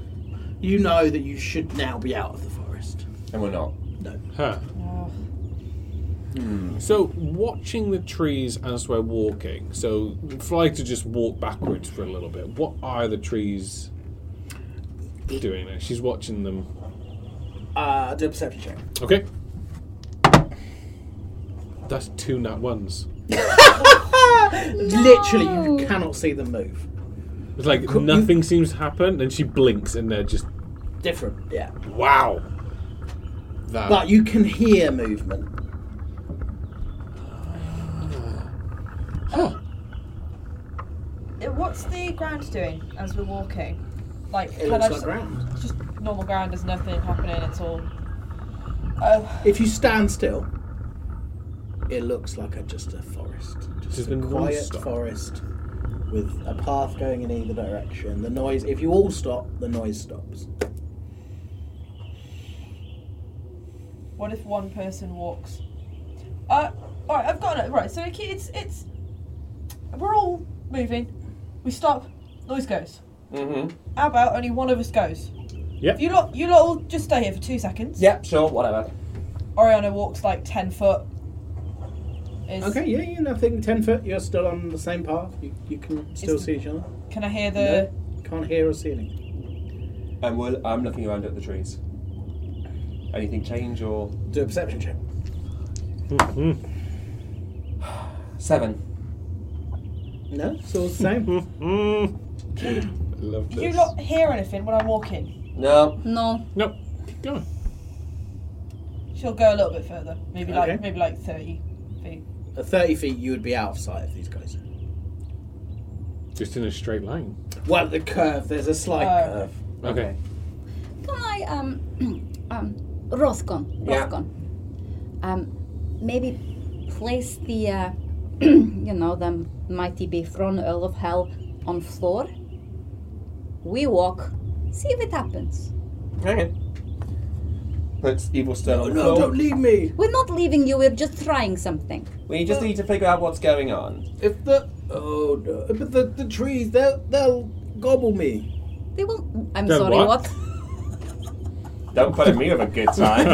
[SPEAKER 3] You know that you should now be out of the forest.
[SPEAKER 2] And we're not.
[SPEAKER 5] Huh.
[SPEAKER 4] Oh,
[SPEAKER 5] So, watching the trees as we're walking, so fly to just walk backwards for a little bit. What are the trees doing there? She's watching them.
[SPEAKER 3] Uh, do a perception check.
[SPEAKER 5] Okay. That's two nat ones.
[SPEAKER 3] Literally, you cannot see them move.
[SPEAKER 5] It's like nothing seems to happen, and she blinks, and they're just
[SPEAKER 3] Different, yeah.
[SPEAKER 5] wow. That
[SPEAKER 3] But you can hear movement.
[SPEAKER 4] Uh, What's the ground doing as we're walking? Like,
[SPEAKER 3] It
[SPEAKER 4] can
[SPEAKER 3] looks
[SPEAKER 4] I
[SPEAKER 3] like
[SPEAKER 4] just,
[SPEAKER 3] ground.
[SPEAKER 4] it's just normal ground. There's nothing happening. It's all. Oh,
[SPEAKER 3] If you stand still, it looks like a, just a forest. Just
[SPEAKER 5] Just
[SPEAKER 3] a
[SPEAKER 5] been
[SPEAKER 3] quiet
[SPEAKER 5] non-stop.
[SPEAKER 3] forest with a path going in either direction. The noise, if you all stop, the noise stops.
[SPEAKER 4] what if one person walks? Uh, all right, I've got it. Right, so it- it's it's. We're all moving. We stop. Noise goes.
[SPEAKER 2] Mm-hmm.
[SPEAKER 4] How about only one of us goes?
[SPEAKER 5] Yep.
[SPEAKER 4] You lot, you lot, all just stay here for two seconds.
[SPEAKER 2] Yep, sure, whatever.
[SPEAKER 4] Oriana walks like ten foot. Is,
[SPEAKER 3] Okay, yeah, you nothing. Ten foot, you're still on the same path. You, you can still
[SPEAKER 4] It's-
[SPEAKER 3] see each other.
[SPEAKER 4] Can I hear the?
[SPEAKER 3] No, can't hear or see anything.
[SPEAKER 2] And we'll, I'm looking around at the trees. Anything change or
[SPEAKER 3] Do a perception check.
[SPEAKER 5] Mhm.
[SPEAKER 2] seven?
[SPEAKER 3] No, it's all the same.
[SPEAKER 5] Mhm. I love
[SPEAKER 4] Do you
[SPEAKER 5] this.
[SPEAKER 4] lot hear anything when I'm walking?
[SPEAKER 2] No.
[SPEAKER 1] No.
[SPEAKER 5] No, keep going.
[SPEAKER 4] She'll go a little bit further. Maybe
[SPEAKER 3] Okay.
[SPEAKER 4] like maybe like thirty feet.
[SPEAKER 3] At thirty feet, you would be out of sight of these guys.
[SPEAKER 5] Just in a straight line.
[SPEAKER 3] Well, the curve. There's a slight
[SPEAKER 4] Oh.
[SPEAKER 3] curve.
[SPEAKER 5] Okay.
[SPEAKER 1] Can I, um, um, Rothcon,
[SPEAKER 2] Yeah.
[SPEAKER 1] Rothcon, um, maybe place the, uh, you know, the mighty Bifron, Earl of Hell, on floor. We walk, see if it happens.
[SPEAKER 2] Okay. Puts evil stone on the
[SPEAKER 3] oh, no,
[SPEAKER 2] floor.
[SPEAKER 3] don't leave me.
[SPEAKER 1] We're not leaving you. We're just trying something.
[SPEAKER 2] We just need to figure out what's going on.
[SPEAKER 3] If the oh no, but the, the trees they'll they'll gobble me.
[SPEAKER 1] They will. I'm
[SPEAKER 5] Then
[SPEAKER 1] sorry.
[SPEAKER 5] what?
[SPEAKER 1] What?
[SPEAKER 2] Don't put me with a good time.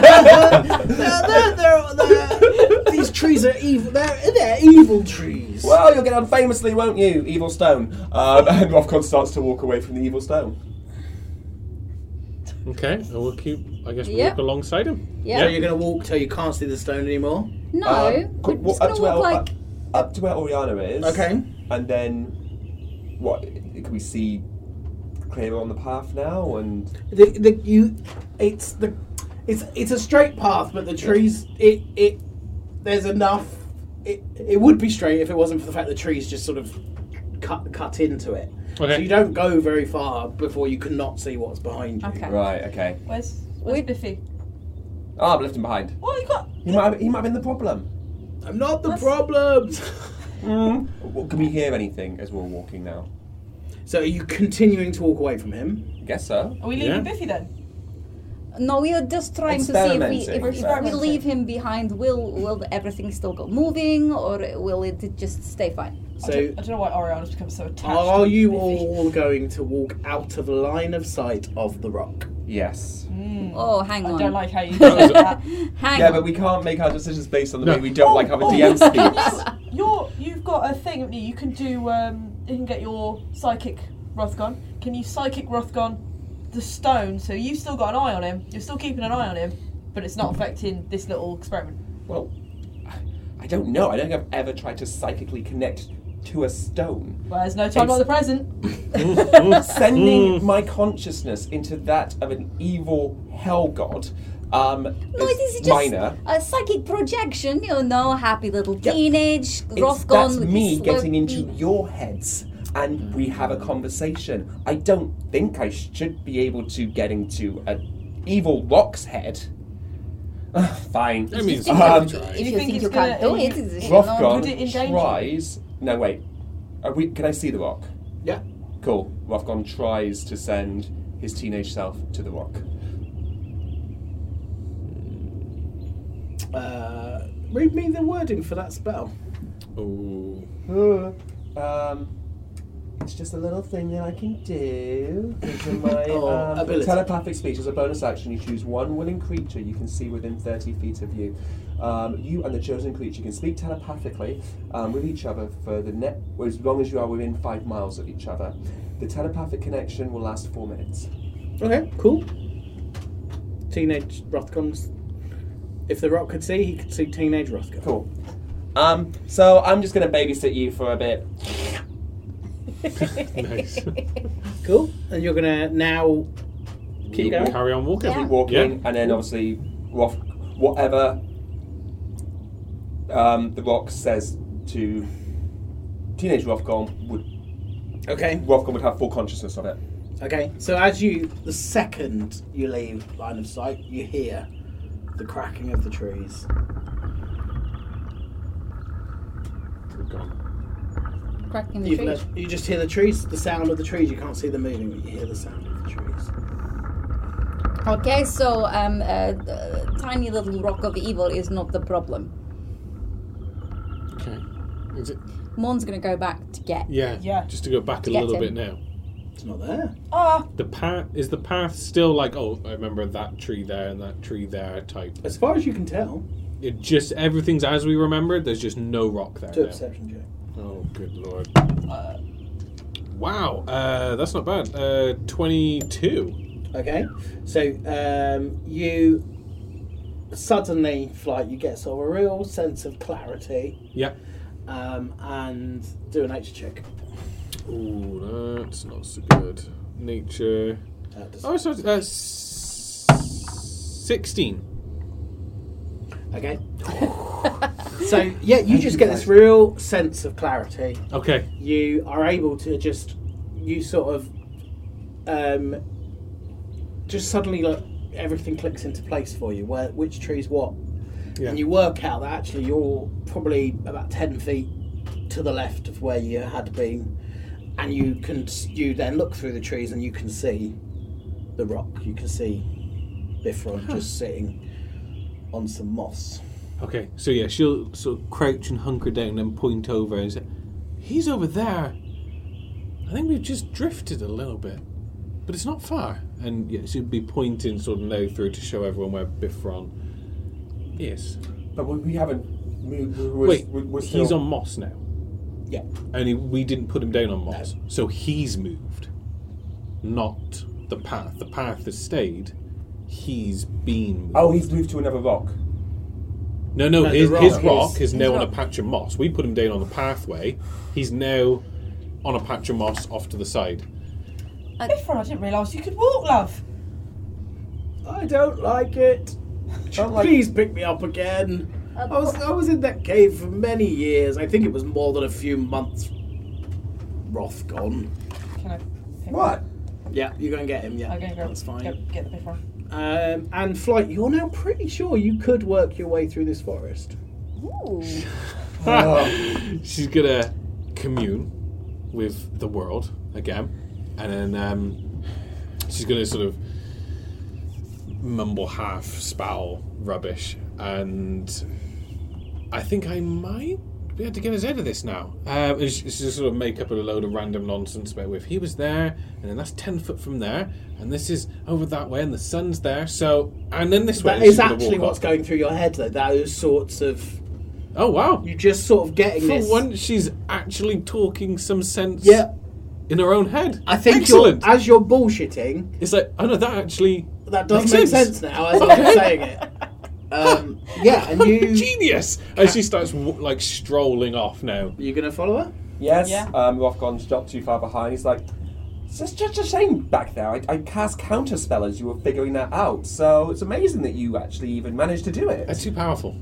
[SPEAKER 3] They're, they're, they're, they're, these trees are evil. They're they're evil trees.
[SPEAKER 2] well, you'll get on famously, won't you, evil stone? Um, and Rothcon starts to walk away from the evil stone.
[SPEAKER 5] Okay. And we'll keep. I guess we'll
[SPEAKER 1] Yep.
[SPEAKER 5] walk alongside him.
[SPEAKER 3] So
[SPEAKER 1] Yeah.
[SPEAKER 3] you're gonna walk till you can't see the stone anymore.
[SPEAKER 1] No.
[SPEAKER 2] Um,
[SPEAKER 1] we're
[SPEAKER 2] qu-
[SPEAKER 1] just
[SPEAKER 2] up
[SPEAKER 1] gonna
[SPEAKER 2] to where,
[SPEAKER 1] walk like.
[SPEAKER 2] up, up to where Oriana is.
[SPEAKER 3] Okay.
[SPEAKER 2] And then, what? Can we see clearer on the path now? And
[SPEAKER 3] The, the you, it's the, it's it's a straight path, but the trees it it there's enough. It, it would be straight if it wasn't for the fact the trees just sort of cut cut into it.
[SPEAKER 5] Okay.
[SPEAKER 3] So you don't go very far before you cannot see what's behind you.
[SPEAKER 1] Okay.
[SPEAKER 2] right, okay.
[SPEAKER 4] Where's where's Biffy?
[SPEAKER 2] Oh, I've left him behind.
[SPEAKER 4] What you got?
[SPEAKER 2] He might have, he might have been the problem.
[SPEAKER 3] I'm not the problem.
[SPEAKER 2] Well, can we hear anything as we're walking now?
[SPEAKER 3] so are you continuing to walk away from him?
[SPEAKER 2] I guess so.
[SPEAKER 4] Are we leaving
[SPEAKER 5] Yeah.
[SPEAKER 4] Biffy then?
[SPEAKER 1] No, we are just trying to see if we if,
[SPEAKER 2] Experimenting.
[SPEAKER 1] if we
[SPEAKER 4] Experimenting.
[SPEAKER 1] leave him behind, will will everything still go moving, or will it just stay fine?
[SPEAKER 4] I, don't,
[SPEAKER 3] So
[SPEAKER 4] I don't know why Oriana's become so attached.
[SPEAKER 3] are
[SPEAKER 4] to
[SPEAKER 3] you
[SPEAKER 4] Biffy.
[SPEAKER 3] all going to walk out of line of sight of the rock?
[SPEAKER 2] Yes.
[SPEAKER 1] Oh, hang on.
[SPEAKER 4] I don't like how you did that.
[SPEAKER 1] Hang
[SPEAKER 2] Yeah,
[SPEAKER 1] on.
[SPEAKER 2] but we can't make our decisions based on the
[SPEAKER 5] No.
[SPEAKER 2] way we don't like how the
[SPEAKER 4] Oh,
[SPEAKER 2] DM speaks.
[SPEAKER 4] Can you, you're, you've got a thing, haven't you? You can do. Um, you can get your psychic Rothgon. Can you psychic Rothgon the stone? So you've still got an eye on him. You're still keeping an eye on him, but it's
[SPEAKER 3] Hmm.
[SPEAKER 4] not affecting this little experiment.
[SPEAKER 2] Well, I- I don't know. I don't think I've ever tried to psychically connect to a stone.
[SPEAKER 4] Well, there's no time
[SPEAKER 2] It's-
[SPEAKER 4] like the present.
[SPEAKER 2] Sending my consciousness into that of an evil hell god um,
[SPEAKER 1] No,
[SPEAKER 2] is
[SPEAKER 1] it is just
[SPEAKER 2] minor.
[SPEAKER 1] a psychic projection, you know, happy little
[SPEAKER 2] Yep.
[SPEAKER 1] teenage,
[SPEAKER 2] It's,
[SPEAKER 1] Rothgon.
[SPEAKER 2] that's
[SPEAKER 1] with
[SPEAKER 2] me
[SPEAKER 1] his
[SPEAKER 2] getting
[SPEAKER 1] slurpy-
[SPEAKER 2] into your heads, and we have a conversation. I don't think I should be able to get into an evil rock's head. Fine. Um,
[SPEAKER 5] I mean, it's
[SPEAKER 1] think
[SPEAKER 2] that-
[SPEAKER 5] worth a try.
[SPEAKER 1] Um, If you
[SPEAKER 4] you think
[SPEAKER 1] think
[SPEAKER 4] it's
[SPEAKER 1] you can't do
[SPEAKER 4] gonna-
[SPEAKER 1] it,
[SPEAKER 4] it-
[SPEAKER 1] it's
[SPEAKER 4] it-
[SPEAKER 1] not-
[SPEAKER 4] Would it
[SPEAKER 2] Rothgon
[SPEAKER 4] endanger-
[SPEAKER 2] tries. No, wait. Are we, can I see the rock?
[SPEAKER 3] Yeah.
[SPEAKER 2] Cool. Rothgon tries to send his teenage self to the rock.
[SPEAKER 3] Uh, read me the wording for that spell.
[SPEAKER 5] Ooh.
[SPEAKER 2] Um, it's just a little thing that I can do. These are my
[SPEAKER 3] Oh,
[SPEAKER 2] um,
[SPEAKER 3] ability.
[SPEAKER 2] telepathic speech. As a bonus action, you choose one willing creature you can see within 30 feet of you. Um, you and the chosen creature can speak telepathically um, with each other for the net, well, as long as you are within five miles of each other. The telepathic connection will last four minutes.
[SPEAKER 3] Okay, cool. Teenage Rothcon's. If the rock could see, he could see teenage Rothcon.
[SPEAKER 2] Cool. Um, so I'm just going to babysit you for a bit.
[SPEAKER 5] Nice.
[SPEAKER 3] Cool. And you're gonna now.
[SPEAKER 2] Keep going.
[SPEAKER 5] Carry on walking.
[SPEAKER 1] Yeah.
[SPEAKER 2] keep walking,
[SPEAKER 5] Yeah.
[SPEAKER 2] and then obviously, Roth, whatever um, the Rock says to teenage Rothcon would
[SPEAKER 3] Okay.
[SPEAKER 2] Rothcon would have full consciousness of it.
[SPEAKER 3] Okay. So as you, the second you leave line of sight, you hear the cracking of the trees.
[SPEAKER 5] Gone.
[SPEAKER 1] cracking the
[SPEAKER 3] You,
[SPEAKER 1] tree.
[SPEAKER 3] can- you just hear the trees, the sound of the trees. You can't see them moving, but you hear the sound of the trees.
[SPEAKER 1] Okay, so um, uh, the tiny little rock of evil is not the problem.
[SPEAKER 5] Okay. Is it?
[SPEAKER 1] Morn's gonna go back to get.
[SPEAKER 5] Yeah.
[SPEAKER 4] Yeah.
[SPEAKER 5] Just to go back a
[SPEAKER 1] Get
[SPEAKER 5] little
[SPEAKER 1] him.
[SPEAKER 5] bit now.
[SPEAKER 3] It's not there.
[SPEAKER 4] Ah,
[SPEAKER 5] The path is the path still like oh I remember that tree there and that tree there type.
[SPEAKER 3] As far as you can tell.
[SPEAKER 5] It just everything's as we remembered. There's just no rock there.
[SPEAKER 3] Do a
[SPEAKER 5] now.
[SPEAKER 3] perception check.
[SPEAKER 5] Oh good lord. wow, uh, that's not bad. Uh, Twenty-two.
[SPEAKER 3] Okay. So um, you suddenly, like, you get sort of a real sense of clarity.
[SPEAKER 5] Yeah.
[SPEAKER 3] um, and do a nature check.
[SPEAKER 5] Ooh, that's not so good. Nature.
[SPEAKER 3] That does-
[SPEAKER 5] Oh, so uh, s- sixteen.
[SPEAKER 3] Okay. so yeah, you just get this real sense of clarity.
[SPEAKER 5] Okay.
[SPEAKER 3] You are able to just you sort of um, just suddenly like everything clicks into place for you. Where which trees what,
[SPEAKER 5] Yeah.
[SPEAKER 3] and you work out that actually you're probably about ten feet to the left of where you had been, and you can you then look through the trees and you can see the rock. You can see Bifron just sitting on some moss.
[SPEAKER 5] Okay. So yeah, she'll sort of crouch and hunker down and point over and say, "He's over there." I think we've just drifted a little bit, but it's not far. And yeah, she'll be pointing sort of now through to show everyone where Bifron is.
[SPEAKER 2] But we, we haven't. We, we- we're,
[SPEAKER 5] Wait,
[SPEAKER 2] we're, we're
[SPEAKER 5] he's
[SPEAKER 2] still-
[SPEAKER 5] on moss now.
[SPEAKER 3] Yeah.
[SPEAKER 5] Only we didn't put him down on Moss. So he's moved. Not the path. The path has stayed. He's been moved.
[SPEAKER 2] Oh, he's moved to another rock.
[SPEAKER 5] no, no,
[SPEAKER 3] No, the
[SPEAKER 5] his,
[SPEAKER 3] rock
[SPEAKER 5] his
[SPEAKER 3] is-
[SPEAKER 5] rock is,
[SPEAKER 1] his
[SPEAKER 5] now on a
[SPEAKER 1] rock.
[SPEAKER 5] patch of moss. We put him down on the pathway. He's now on a patch of moss off to the side.
[SPEAKER 4] Bifron, I didn't realise you could walk, love.
[SPEAKER 3] I don't like it.
[SPEAKER 2] Don't like-
[SPEAKER 3] Please pick me up again. I was I was in that cave for many years. I think it was more than a few months. Roth gone.
[SPEAKER 4] Can I? pick-
[SPEAKER 2] What?
[SPEAKER 3] Yeah, you're gonna get him. Yeah,
[SPEAKER 4] I'm gonna go.
[SPEAKER 3] that's
[SPEAKER 4] Go
[SPEAKER 3] fine.
[SPEAKER 4] get the Bifron.
[SPEAKER 3] Um, and flight, you're now pretty sure you could work your way through this forest.
[SPEAKER 1] Ooh.
[SPEAKER 5] She's gonna commune with the world again, and then um, she's gonna sort of mumble half spowl rubbish, and I think I might be able to get us out of this now. Um, and she, she's just sort of make up a load of random nonsense about with he was there, and then that's ten foot from there, and this is over that way, and the sun's there. So, and then this way.
[SPEAKER 3] That
[SPEAKER 5] and she's
[SPEAKER 3] is
[SPEAKER 5] gonna
[SPEAKER 3] actually
[SPEAKER 5] walk
[SPEAKER 3] what's
[SPEAKER 5] up.
[SPEAKER 3] going through your head, though. Those sorts of
[SPEAKER 5] Oh wow!
[SPEAKER 3] you just sort of getting
[SPEAKER 5] For
[SPEAKER 3] this.
[SPEAKER 5] once, she's actually talking some sense.
[SPEAKER 3] yeah,
[SPEAKER 5] in her own head.
[SPEAKER 3] I think you're,
[SPEAKER 5] excellent.
[SPEAKER 3] as you're bullshitting,
[SPEAKER 5] it's like oh no, that actually
[SPEAKER 3] that does
[SPEAKER 5] Makes
[SPEAKER 3] make sense,
[SPEAKER 5] sense.
[SPEAKER 3] now as I'm saying it. Um, yeah, and you
[SPEAKER 5] genius. And she starts w- like strolling off now.
[SPEAKER 3] you gonna follow her?
[SPEAKER 2] Yes.
[SPEAKER 4] Yeah.
[SPEAKER 2] Um, Rothgon's not too far behind. He's like, it's just such a shame back there. I, I cast counterspell as you were figuring that out. So it's amazing that you actually even managed to do it.
[SPEAKER 5] That's too powerful.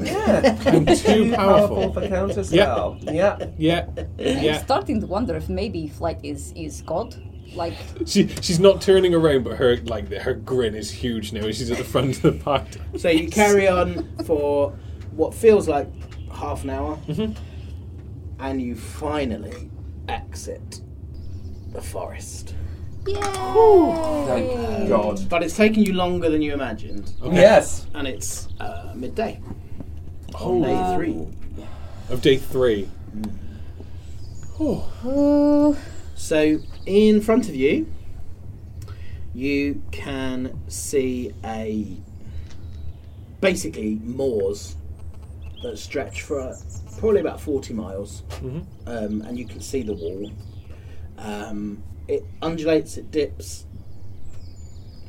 [SPEAKER 2] yeah.
[SPEAKER 5] I'm too
[SPEAKER 2] powerful
[SPEAKER 5] powerful.
[SPEAKER 2] for counterspell. yeah.
[SPEAKER 5] Yeah,
[SPEAKER 1] I'm
[SPEAKER 5] yeah.
[SPEAKER 1] starting to wonder if maybe flight is is God. Like,
[SPEAKER 5] She she's not turning around, but her like her grin is huge now. She's at the front of the party.
[SPEAKER 3] So you carry on for what feels like half an hour,
[SPEAKER 5] Mm-hmm.
[SPEAKER 3] and you finally exit the forest.
[SPEAKER 1] yay!
[SPEAKER 2] God.
[SPEAKER 3] But it's taken you longer than you imagined,
[SPEAKER 5] Okay.
[SPEAKER 2] Yes.
[SPEAKER 3] and it's uh, midday.
[SPEAKER 5] Oh,
[SPEAKER 3] Day three.
[SPEAKER 5] of day three. Oh,
[SPEAKER 2] Uh,
[SPEAKER 1] Ooh.
[SPEAKER 3] So in front of you, you can see a basically moors that stretch for probably about forty miles, um, and you can see the wall. Um, it undulates, it dips,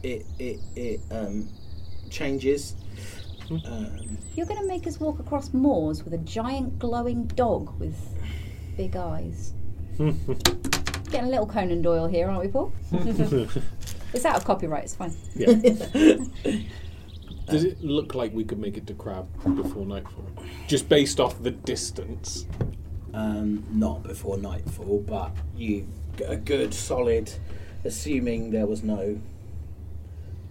[SPEAKER 3] it it it um, changes. Um,
[SPEAKER 1] You're going to make us walk across moors with a giant glowing dog with big eyes. Getting a little Conan Doyle here, aren't we, Paul? it's out of copyright, it's fine.
[SPEAKER 5] yeah. Does it look like we could make it to Crab before nightfall? Just based off the distance.
[SPEAKER 3] um, not before nightfall, but you g- a good solid, assuming there was no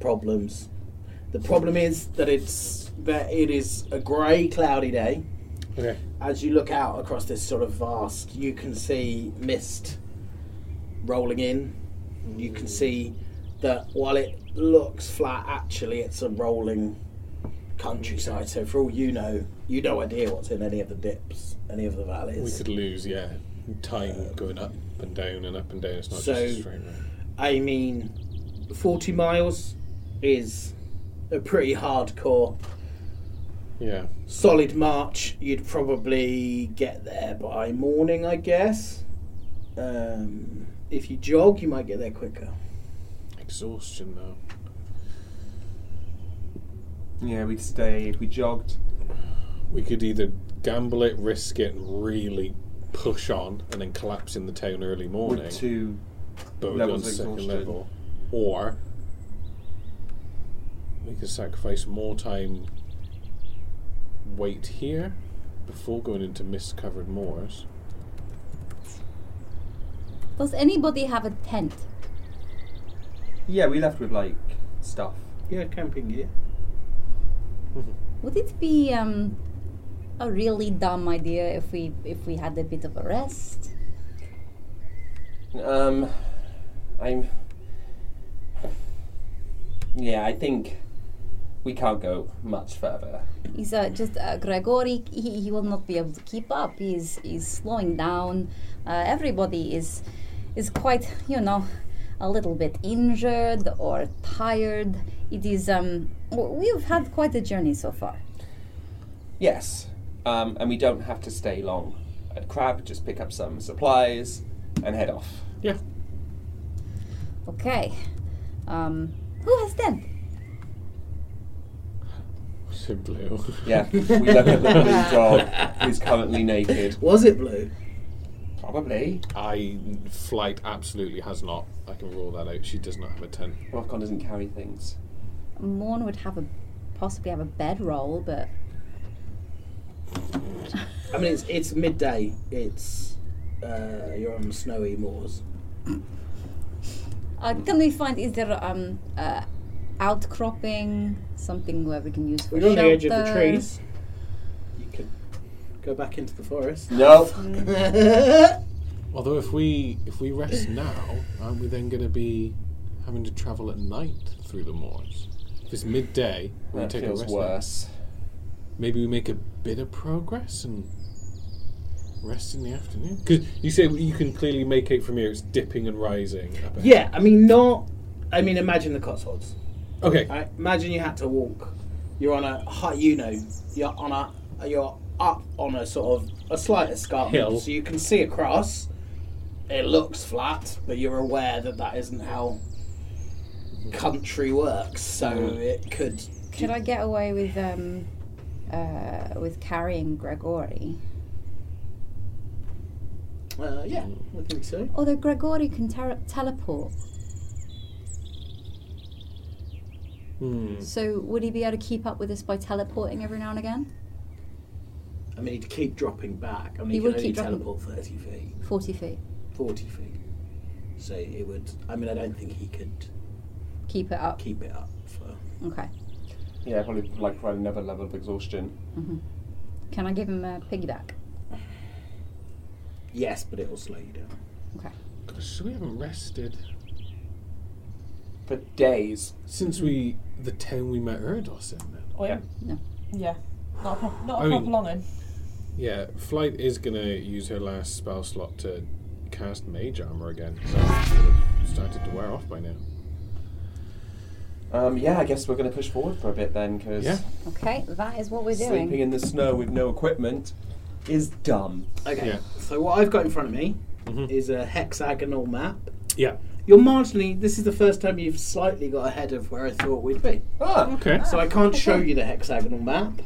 [SPEAKER 3] problems. The problem is that it's that it is a grey, cloudy day.
[SPEAKER 5] Okay.
[SPEAKER 3] As you look out across this sort of vast, you can see mist rolling in. You
[SPEAKER 5] Mm.
[SPEAKER 3] can see that while it looks flat, actually it's a rolling countryside. So for all you know, you no idea what's in any of the dips, any of the valleys.
[SPEAKER 5] We could lose, yeah, time going up and down and up and down. It's not
[SPEAKER 3] So-
[SPEAKER 5] just a straight line.
[SPEAKER 3] I mean, 40 miles is a pretty hardcore,
[SPEAKER 5] Yeah.
[SPEAKER 3] solid march. You'd probably get there by morning, I guess. Um, if you jog, you might get there quicker.
[SPEAKER 5] Exhaustion though.
[SPEAKER 2] Yeah, we'd stay if we jogged.
[SPEAKER 5] We could either gamble it, risk it, and really push on, and then collapse in the town early morning.
[SPEAKER 2] Would two.
[SPEAKER 5] but we're on
[SPEAKER 2] levels of
[SPEAKER 5] second
[SPEAKER 2] exhaustion.
[SPEAKER 5] level, or we could sacrifice more time, wait here before going into mist-covered moors.
[SPEAKER 1] Does anybody have a tent?
[SPEAKER 2] Yeah, we left with like stuff.
[SPEAKER 3] Yeah, camping gear.
[SPEAKER 1] Would it be um, a really dumb idea if we if we had a bit of a rest?
[SPEAKER 2] Um, I'm. Yeah, I think we can't go much further.
[SPEAKER 1] He's uh, just uh, Gregory. He, he will not be able to keep up. He's he's slowing down. Uh, everybody is is quite you know a little bit injured or tired. It is um w- we've had quite a journey so far.
[SPEAKER 2] Yes, um, and we don't have to stay long at Crab. Just pick up some supplies and head off.
[SPEAKER 5] Yeah,
[SPEAKER 1] Okay, um, who has tent?
[SPEAKER 5] said Blue.
[SPEAKER 2] Yeah, we look at the blue dog who's currently naked.
[SPEAKER 3] Was it blue?
[SPEAKER 2] Probably.
[SPEAKER 5] I flight absolutely has not. I can rule that out. She does not have a tent.
[SPEAKER 2] Rockon doesn't carry things.
[SPEAKER 1] Morn would have a possibly have a bedroll, but
[SPEAKER 3] I mean, it's, it's midday. It's uh, you're on snowy moors.
[SPEAKER 1] uh, can we find is there um uh, outcropping something where we can use for
[SPEAKER 3] We're on the edge of the
[SPEAKER 1] shelter?
[SPEAKER 3] trees. You could go back into the forest.
[SPEAKER 2] No.
[SPEAKER 5] Although if we if we rest now, aren't we then going to be having to travel at night through the moors? If it's midday, we
[SPEAKER 2] That
[SPEAKER 5] take a
[SPEAKER 2] feels
[SPEAKER 5] rest.
[SPEAKER 2] worse.
[SPEAKER 5] maybe we make a bit of progress and rest in the afternoon. Because you say you can clearly make out from here it's dipping and rising. up ahead.
[SPEAKER 3] Yeah, I mean, not. I mean, imagine the Cotswolds.
[SPEAKER 5] Okay.
[SPEAKER 3] Right? Imagine you had to walk. You're on a high, you know, you're on a, you're up on a sort of a slight escarpment,
[SPEAKER 5] Hill.
[SPEAKER 3] so you can see across. It looks flat, but you're aware that that isn't how country works. So it could.
[SPEAKER 1] Could I get away with um, uh, with carrying Gregory?
[SPEAKER 3] Uh, yeah, I think so.
[SPEAKER 1] Although Gregory can ter- teleport,
[SPEAKER 5] Hmm.
[SPEAKER 1] so would he be able to keep up with us by teleporting every now and again?
[SPEAKER 3] I mean, he'd keep dropping back. I mean,
[SPEAKER 1] He
[SPEAKER 3] he,
[SPEAKER 1] would
[SPEAKER 3] could only
[SPEAKER 1] keep dropping-
[SPEAKER 3] teleport thirty feet,
[SPEAKER 1] Forty feet.
[SPEAKER 3] forty feet.
[SPEAKER 7] So it would. I mean, I don't think he could
[SPEAKER 1] Keep it up.
[SPEAKER 7] keep it up for.
[SPEAKER 1] Okay.
[SPEAKER 2] Yeah, probably like probably another level of exhaustion.
[SPEAKER 1] Can I give him a piggyback?
[SPEAKER 7] Yes, but it'll slow you down.
[SPEAKER 1] Okay.
[SPEAKER 5] Gosh, we haven't rested
[SPEAKER 2] For days.
[SPEAKER 5] since we the town we met Erdos in. Then.
[SPEAKER 4] Or,
[SPEAKER 2] Yeah.
[SPEAKER 1] No.
[SPEAKER 4] Yeah. Not a, pro- not a
[SPEAKER 5] I mean-
[SPEAKER 4] proper long in.
[SPEAKER 5] Yeah, Flight is gonna use her last spell slot to cast Mage Armor again. So it's started to wear off by now.
[SPEAKER 2] Um, yeah, I guess we're going to push forward for a bit then, because
[SPEAKER 5] Yeah.
[SPEAKER 1] Okay, that is what we're doing.
[SPEAKER 2] sleeping in the snow with no equipment is dumb.
[SPEAKER 3] Okay.
[SPEAKER 5] Yeah.
[SPEAKER 3] So what I've got in front of me
[SPEAKER 5] Mhm.
[SPEAKER 3] is a hexagonal map.
[SPEAKER 5] Yeah.
[SPEAKER 3] You're marginally. This is the first time you've slightly got ahead of where I thought we'd be.
[SPEAKER 2] Ah,
[SPEAKER 5] Okay.
[SPEAKER 3] So I can't show you the hexagonal map.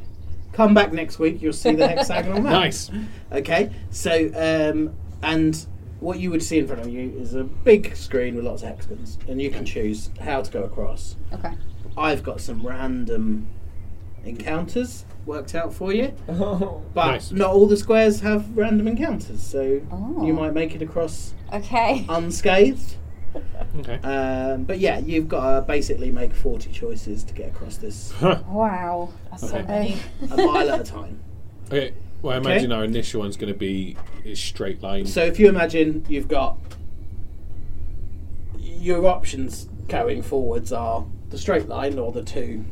[SPEAKER 3] Come back next week. You'll see the hexagonal map.
[SPEAKER 5] Nice.
[SPEAKER 3] Okay. So um, and what you would see in front of you is a big screen with lots of hexagons, and you can choose how to go across.
[SPEAKER 1] Okay.
[SPEAKER 3] I've got some random encounters worked out for you. But
[SPEAKER 5] Nice.
[SPEAKER 3] not all the squares have random encounters, so
[SPEAKER 1] Oh.
[SPEAKER 3] you might make it across
[SPEAKER 1] Okay.
[SPEAKER 3] Um, unscathed.
[SPEAKER 5] Okay.
[SPEAKER 3] Um, but yeah, you've got to basically make 40 choices to get across this
[SPEAKER 5] Huh.
[SPEAKER 1] Wow.
[SPEAKER 4] That's so
[SPEAKER 5] Okay.
[SPEAKER 4] many.
[SPEAKER 3] a mile at a time.
[SPEAKER 5] Okay. Well, I imagine our initial one's going to be a straight line.
[SPEAKER 3] So if you imagine you've got your options going forwards are the straight line or the two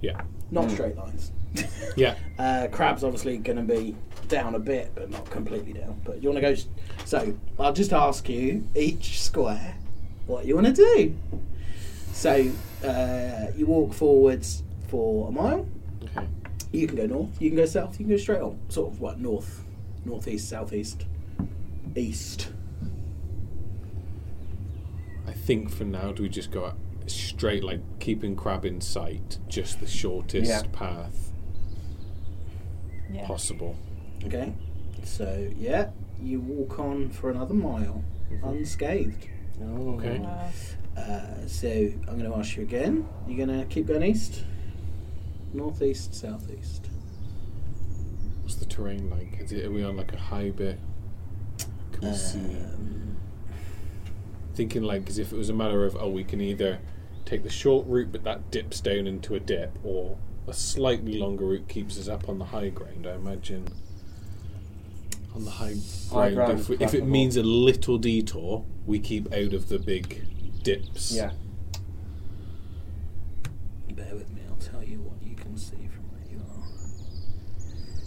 [SPEAKER 5] yeah.
[SPEAKER 3] not straight lines.
[SPEAKER 5] Yeah.
[SPEAKER 3] Uh, crab's obviously going to be down a bit, but not completely down. But you want to go. s so I'll just ask you each square what you want to do. So uh, you walk forwards for a mile.
[SPEAKER 5] Okay.
[SPEAKER 3] You can go north. You can go south. You can go straight on. Sort of what north, northeast, southeast, east.
[SPEAKER 5] I think for now, do we just go straight, like keeping crab in sight, just the shortest
[SPEAKER 2] Yeah.
[SPEAKER 5] path
[SPEAKER 4] Yeah.
[SPEAKER 5] possible?
[SPEAKER 3] Okay. So yeah, you walk on for another mile, unscathed.
[SPEAKER 5] Okay.
[SPEAKER 4] Wow.
[SPEAKER 3] Uh, so I'm going to ask you again. You're going to keep going east, northeast, southeast.
[SPEAKER 5] What's the terrain like? Is it, are we on like a high bit? Can we see?
[SPEAKER 3] Um,
[SPEAKER 5] Thinking like as if it was a matter of oh, we can either take the short route, but that dips down into a dip, or a slightly longer route keeps us up on the high ground. I imagine on the high,
[SPEAKER 2] High ground
[SPEAKER 5] if,
[SPEAKER 2] is
[SPEAKER 5] we, if it
[SPEAKER 2] preferable.
[SPEAKER 5] means a little detour, we keep out of the big dips.
[SPEAKER 2] yeah.
[SPEAKER 7] Bear with me. I'll tell you what you can see from where you are.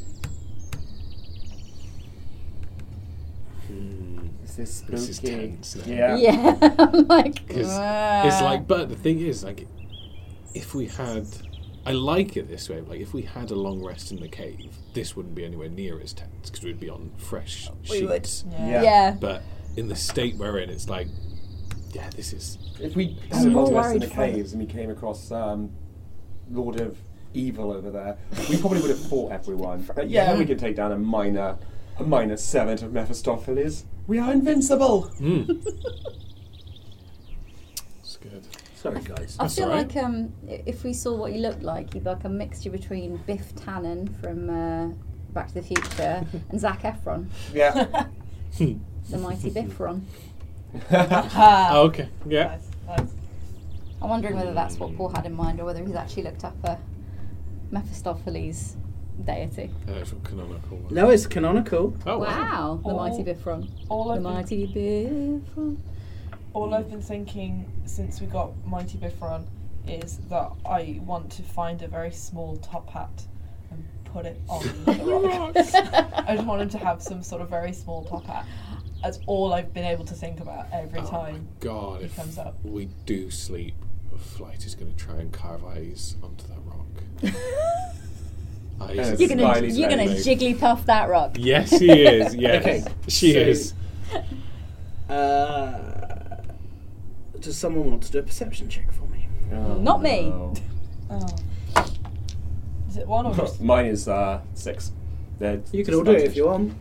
[SPEAKER 2] Is this spooky?
[SPEAKER 5] Hmm, This is tense now.
[SPEAKER 2] Yeah.
[SPEAKER 1] Yeah. I'm like.
[SPEAKER 5] 'Cause
[SPEAKER 1] "Wow."
[SPEAKER 4] Uh,
[SPEAKER 5] it's like, but the thing is, like, if we had, I like it this way. Like, if we had a long rest in the cave, this wouldn't be anywhere near as tense because we'd be on fresh
[SPEAKER 1] We would.
[SPEAKER 5] sheets.
[SPEAKER 2] Yeah.
[SPEAKER 1] Yeah.
[SPEAKER 5] But in the state we're in, it's like, yeah, this is
[SPEAKER 2] If we
[SPEAKER 5] I'm
[SPEAKER 2] had a
[SPEAKER 5] more
[SPEAKER 2] long rest in
[SPEAKER 1] worried
[SPEAKER 2] the
[SPEAKER 1] for them.
[SPEAKER 2] caves and we came across um, Lord of Evil over there, we probably would have fought everyone. But yeah, we can take down a minor, a minor servant of Mephistopheles. We are invincible.
[SPEAKER 5] mm. it's good.
[SPEAKER 7] Sorry, guys.
[SPEAKER 1] I
[SPEAKER 5] That's
[SPEAKER 1] feel
[SPEAKER 5] alright.
[SPEAKER 1] like um, i- if we saw what he looked like, he'd be like a mixture between Biff Tannen from uh, Back to the Future and Zach Efron,
[SPEAKER 2] Yeah.
[SPEAKER 1] the mighty Biffron.
[SPEAKER 4] Ah,
[SPEAKER 5] Oh, okay. Yeah.
[SPEAKER 4] nice, nice.
[SPEAKER 1] I'm wondering whether that's what Paul had in mind or whether he's actually looked up a Mephistopheles deity.
[SPEAKER 5] An actual Uh, canonical one.
[SPEAKER 3] no, it's canonical.
[SPEAKER 5] Oh
[SPEAKER 1] wow, the mighty
[SPEAKER 4] Oh.
[SPEAKER 1] Biffron.
[SPEAKER 4] All
[SPEAKER 1] The
[SPEAKER 4] I've, been,
[SPEAKER 1] mighty Biffron.
[SPEAKER 4] all I've been thinking since we got Mighty Bifron is that I want to find a very small top hat and put it on the rock. I just want him to have some sort of very small top hat. That's all I've been able to think about every
[SPEAKER 5] Oh
[SPEAKER 4] time.
[SPEAKER 5] my God,
[SPEAKER 4] he
[SPEAKER 5] if
[SPEAKER 4] comes up.
[SPEAKER 5] we do sleep, Flight is going to try and carve eyes onto that rock. Eyes.
[SPEAKER 1] You're gonna,
[SPEAKER 2] Smiley's
[SPEAKER 1] you're gonna
[SPEAKER 2] nose.
[SPEAKER 1] jigglypuff that rock.
[SPEAKER 5] Yes, she is. Yes,
[SPEAKER 3] Okay,
[SPEAKER 5] she
[SPEAKER 3] so-
[SPEAKER 5] is.
[SPEAKER 3] Uh, does someone want to do a perception check for me?
[SPEAKER 2] Oh,
[SPEAKER 1] Not me.
[SPEAKER 2] no.
[SPEAKER 4] Oh. Is it one or just
[SPEAKER 2] Mine is uh, six. They're
[SPEAKER 3] You can all do it if you want.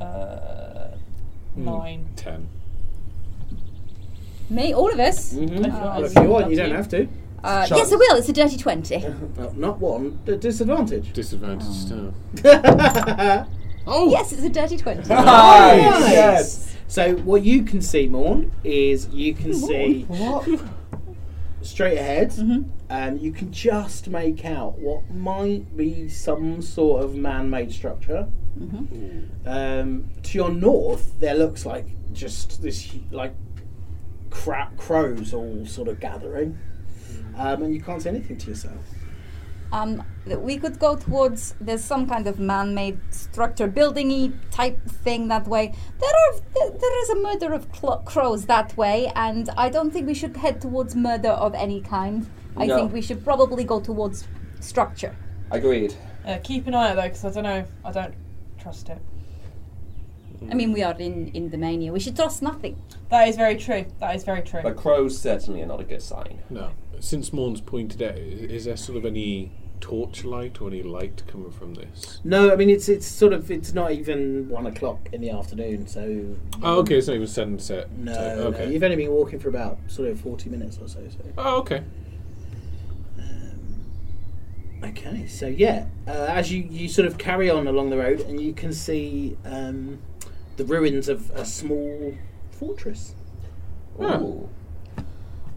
[SPEAKER 4] uh,
[SPEAKER 5] Hmm.
[SPEAKER 4] nine?
[SPEAKER 5] Ten.
[SPEAKER 1] Me, all of us.
[SPEAKER 3] Well, if you want, you don't have to.
[SPEAKER 1] Uh,
[SPEAKER 2] Charlie.
[SPEAKER 1] yes, I will. It's a dirty twenty.
[SPEAKER 3] Well, not one. A disadvantage. Um,
[SPEAKER 5] Disadvantage. Oh.
[SPEAKER 3] yes.
[SPEAKER 1] Yes, it's a dirty twenty.
[SPEAKER 2] Nice.
[SPEAKER 3] Nice.
[SPEAKER 2] Yes.
[SPEAKER 3] So what you can see, Morn, is you can see straight ahead, and you can just make out what might be some sort of man-made structure. Um, to your north, there looks like just this hu- like crap crows all sort of gathering, um, and you can't say anything to yourself.
[SPEAKER 1] Um, that we could go towards. There's some kind of man-made structure, buildingy type thing that way. There are there, there is a murder of clo- crows that way, and I don't think we should head towards murder of any kind. I
[SPEAKER 2] No.
[SPEAKER 1] think we should probably go towards structure.
[SPEAKER 2] Agreed.
[SPEAKER 4] Uh, keep an eye out though, because I don't know. I don't trust it.
[SPEAKER 1] I mean, we are in in the mania. We should trust nothing.
[SPEAKER 4] That is very true. That is very true.
[SPEAKER 2] But crows certainly are not a good sign.
[SPEAKER 5] No. Since Morn's pointed out, i- is there sort of any torchlight or any light coming from this?
[SPEAKER 3] No, I mean it's it's sort of it's not even one o'clock in the afternoon, so
[SPEAKER 5] Oh, okay. It's not even sunset.
[SPEAKER 3] No,
[SPEAKER 5] type.
[SPEAKER 3] no,
[SPEAKER 5] Okay.
[SPEAKER 3] you've only been walking for about sort of forty minutes or so. so.
[SPEAKER 5] Oh, okay.
[SPEAKER 3] Um, Okay, so yeah, uh, as you, you sort of carry on along the road, and you can see um, the ruins of a small fortress.
[SPEAKER 5] Ah.
[SPEAKER 2] Ooh.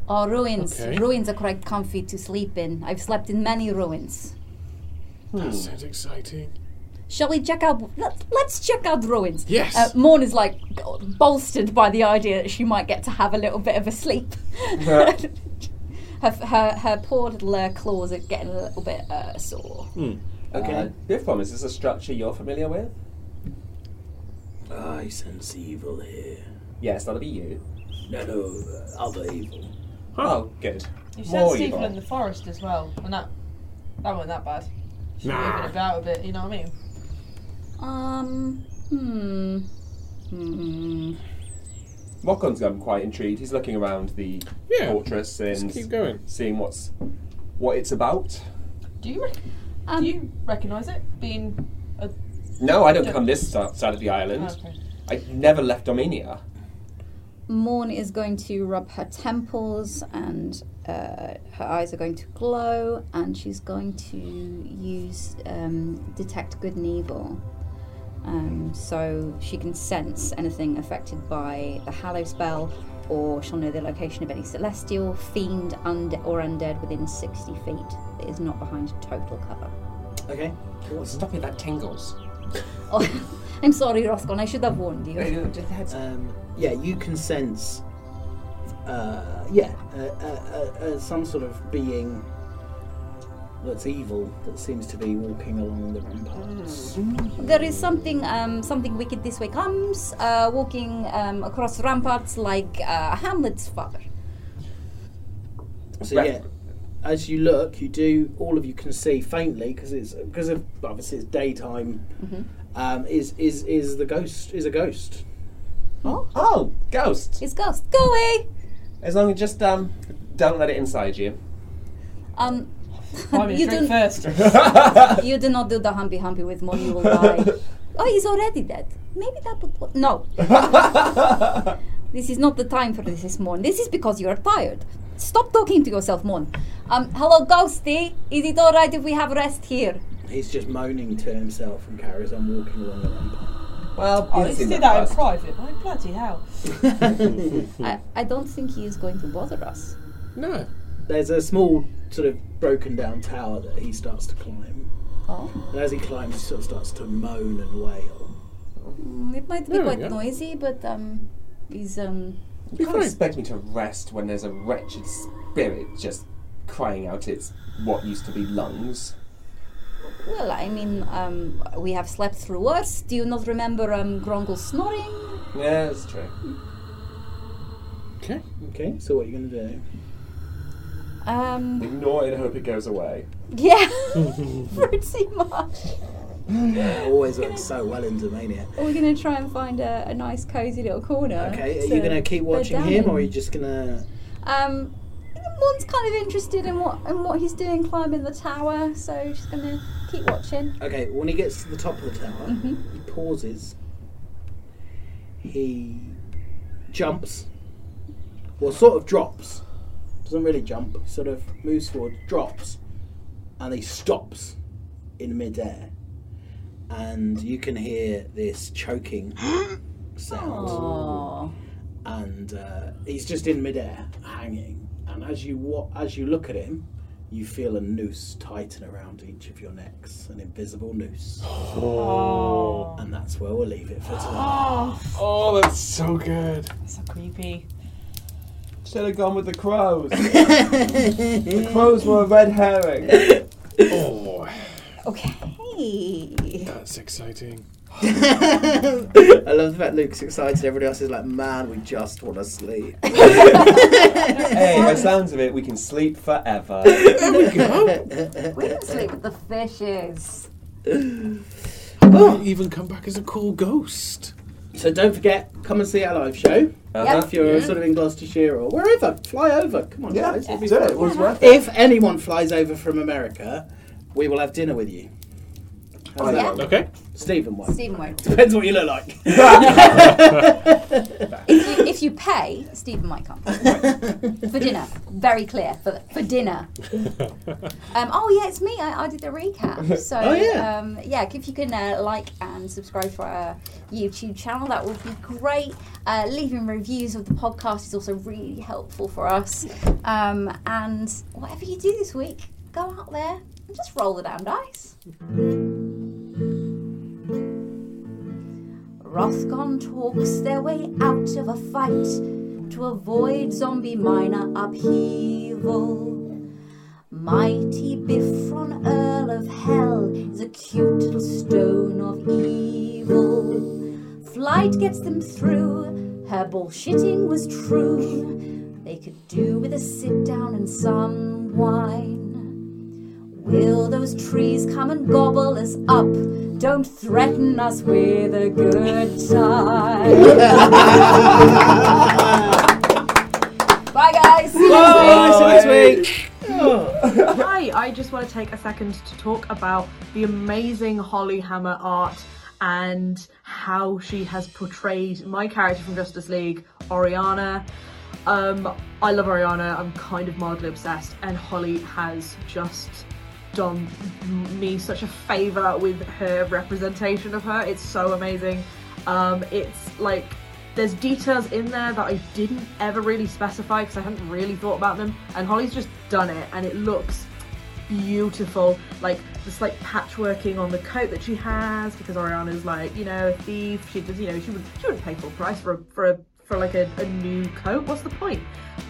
[SPEAKER 1] Or ruins.
[SPEAKER 5] Okay.
[SPEAKER 1] Ruins are quite comfy to sleep in. I've slept in many ruins.
[SPEAKER 5] That sounds exciting.
[SPEAKER 1] Shall we check out? Let, let's check out ruins.
[SPEAKER 5] Yes.
[SPEAKER 1] Uh, Morn is like bolstered by the idea that she might get to have a little bit of a sleep. her, her, her poor little uh, claws are getting a little bit uh, sore.
[SPEAKER 3] Okay.
[SPEAKER 2] Uh, Biff promise, is this a structure you're familiar with?
[SPEAKER 7] I sense evil here.
[SPEAKER 2] Yes, that'll be you.
[SPEAKER 7] No, no, uh, other evil.
[SPEAKER 2] Oh, good.
[SPEAKER 4] you
[SPEAKER 2] More
[SPEAKER 4] said Stephen
[SPEAKER 2] evil.
[SPEAKER 4] in the forest as well, and that that wasn't that bad. Should
[SPEAKER 5] Nah.
[SPEAKER 4] nah. about a bit. You know what I mean?
[SPEAKER 1] Um. Hmm. Hmm.
[SPEAKER 2] Mokon's gotten quite intrigued. He's looking around the
[SPEAKER 5] Yeah.
[SPEAKER 2] fortress and
[SPEAKER 5] Keep going.
[SPEAKER 2] seeing what's what it's about.
[SPEAKER 4] Do you rec-
[SPEAKER 1] Um,
[SPEAKER 4] do you recognise it being?
[SPEAKER 2] No, I don't
[SPEAKER 4] Yeah.
[SPEAKER 2] come this sa- side of the island.
[SPEAKER 4] Okay.
[SPEAKER 2] I never left Domania.
[SPEAKER 1] Morn is going to rub her temples and uh, her eyes are going to glow, and she's going to use um, detect good and evil. Um, so she can sense anything affected by the Hallow spell, or she'll know the location of any celestial, fiend, und- or undead within 60 feet that is not behind total cover.
[SPEAKER 3] Okay.
[SPEAKER 2] Stop it, that tingles.
[SPEAKER 1] Oh, I'm sorry, Rothcon, I should have warned you.
[SPEAKER 3] Um, yeah, you can sense. Uh, yeah, uh, uh, uh, uh, some sort of being that's evil that seems to be walking along the ramparts.
[SPEAKER 1] There is something, um, something wicked this way comes, uh, walking um, across ramparts like uh, Hamlet's father.
[SPEAKER 3] So
[SPEAKER 2] Right.
[SPEAKER 3] yeah, as you look, you do all of you can see faintly because it's because of obviously it's daytime. Um, is is is the ghost is a ghost?
[SPEAKER 2] Oh, ghost.
[SPEAKER 1] It's ghost. Go away.
[SPEAKER 2] As long as just um, don't let it inside you.
[SPEAKER 1] Um,
[SPEAKER 4] Buy me a
[SPEAKER 1] you
[SPEAKER 4] drink
[SPEAKER 1] do.
[SPEAKER 4] first.
[SPEAKER 1] You do not do the humpy humpy with Mon. You will die. oh, he's already dead. Maybe that would. wo- No, this is not the time for this, is Mon. This is because you are tired. Stop talking to yourself, Mon. Um, hello, Ghosty. Is it all right if we have rest here?
[SPEAKER 3] He's just moaning to himself and carries on walking along the rampart.
[SPEAKER 2] well,
[SPEAKER 4] I
[SPEAKER 2] you've
[SPEAKER 4] used to
[SPEAKER 2] seen
[SPEAKER 4] do Oh, that in
[SPEAKER 2] first.
[SPEAKER 4] private. My bloody hell.
[SPEAKER 1] I, I don't think he is going to bother us.
[SPEAKER 5] No.
[SPEAKER 3] There's a small sort of broken down tower that he starts to climb,
[SPEAKER 1] Oh,
[SPEAKER 3] and as he climbs, he sort of starts to moan and wail.
[SPEAKER 1] Mm, it might be
[SPEAKER 5] There we
[SPEAKER 1] quite
[SPEAKER 5] go.
[SPEAKER 1] noisy, but um, he's um.
[SPEAKER 2] You can't
[SPEAKER 5] fine.
[SPEAKER 2] expect me to rest when there's a wretched spirit just crying out its what used to be lungs.
[SPEAKER 1] Well, I mean, um, we have slept through worse. Do you not remember um, Grongle's snoring?
[SPEAKER 2] Yeah, that's true.
[SPEAKER 5] Okay.
[SPEAKER 3] Okay, so what are you going to do?
[SPEAKER 1] Um.
[SPEAKER 2] Ignore it and hope it goes away.
[SPEAKER 1] Yeah, pretty much.
[SPEAKER 3] Always works so well in Domania.
[SPEAKER 1] We're gonna try and find a, a nice, cozy little corner.
[SPEAKER 3] Okay, are
[SPEAKER 1] So
[SPEAKER 3] you going to keep
[SPEAKER 1] they're
[SPEAKER 3] watching
[SPEAKER 1] down
[SPEAKER 3] him,
[SPEAKER 1] in-
[SPEAKER 3] or are you just going to?
[SPEAKER 1] Um, Mon's kind of interested in what in what he's doing climbing the tower, so she's gonna keep watching.
[SPEAKER 3] Okay, when he gets to the top of the tower, he pauses. He jumps. Well, sort of drops. Doesn't really jump. Sort of moves forward, drops, and he stops in midair. And you can hear this choking sound. and uh, he's just in midair, hanging. And as you wa- as you look at him, you feel a noose tighten around each of your necks, an invisible noose. And that's where we'll leave it for tonight.
[SPEAKER 5] Oh, that's so good.
[SPEAKER 4] That's so creepy.
[SPEAKER 2] Should have gone with the crows. the crows were a red herring.
[SPEAKER 5] Oh,
[SPEAKER 1] Okay.
[SPEAKER 5] that's exciting.
[SPEAKER 7] I love that Luke's excited. Everybody else is like, man, we just want to sleep.
[SPEAKER 2] hey, by sounds of it, we can sleep forever.
[SPEAKER 1] We can sleep with the fishes.
[SPEAKER 5] You
[SPEAKER 3] Oh.
[SPEAKER 5] even come back as a cool ghost.
[SPEAKER 3] So don't forget, come and see our live show.
[SPEAKER 2] Uh-huh.
[SPEAKER 3] If you're sort of in Gloucestershire or wherever, fly over. Come on,
[SPEAKER 2] Yeah,
[SPEAKER 3] guys. It'd be
[SPEAKER 2] do it.
[SPEAKER 3] fun.
[SPEAKER 2] It was worth it.
[SPEAKER 3] If anyone flies over from America, we will have dinner with you.
[SPEAKER 1] Oh, yeah.
[SPEAKER 5] Okay.
[SPEAKER 3] Stephen one.
[SPEAKER 1] Stephen won't.
[SPEAKER 3] Depends what you look like.
[SPEAKER 1] If you, if you pay, Stephen might come. For dinner. Very clear. For, for dinner. Um, oh, yeah, it's me. I, I did the recap. So,
[SPEAKER 3] Oh, yeah.
[SPEAKER 1] Um, yeah, if you can uh, like and subscribe to our YouTube channel, that would be great. Uh, leaving reviews of the podcast is also really helpful for us. Um, and whatever you do this week, go out there and just roll the damn dice. Rothgon talks their way out of a fight to avoid zombie minor upheaval. Mighty Bifron, Earl of Hell, is a cute little stone of evil. Flight gets them through, her bullshitting was true. They could do with a sit down and some wine. Will those trees come and gobble us up? Don't threaten us with a good time. Bye, guys. See you next week.
[SPEAKER 4] Hi, I just want to take a second to talk about the amazing Holly Hammer art and how she has portrayed my character from Justice League, Oriana. Um, I love Oriana, I'm kind of mildly obsessed, and Holly has just done me such a favour with her representation of her. It's so amazing. Um, it's like there's details in there that I didn't ever really specify because I hadn't really thought about them, and Holly's just done it, and it looks beautiful. Like this, like patchworking on the coat that she has because Ariana's like, you know, a thief. She does, you know, she would she wouldn't pay full price for a for a for like a, a new coat. What's the point?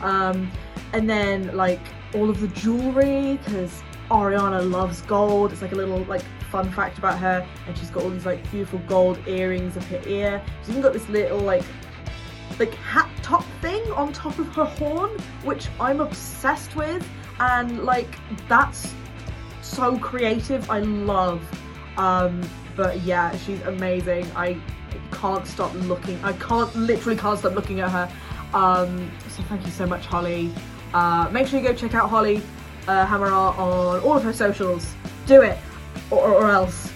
[SPEAKER 4] Um, and then like all of the jewelry because Ariana loves gold. It's like a little like fun fact about her, and she's got all these like beautiful gold earrings of her ear. She's even got this little like like hat top thing on top of her horn, which I'm obsessed with, and like that's so creative. I love. Um, but yeah, she's amazing. I can't stop looking. I can't literally can't stop looking at her. Um, so thank you so much, Holly. Uh, make sure you go check out Holly uh, Hammer Art on all of her socials. Do it, or, or else.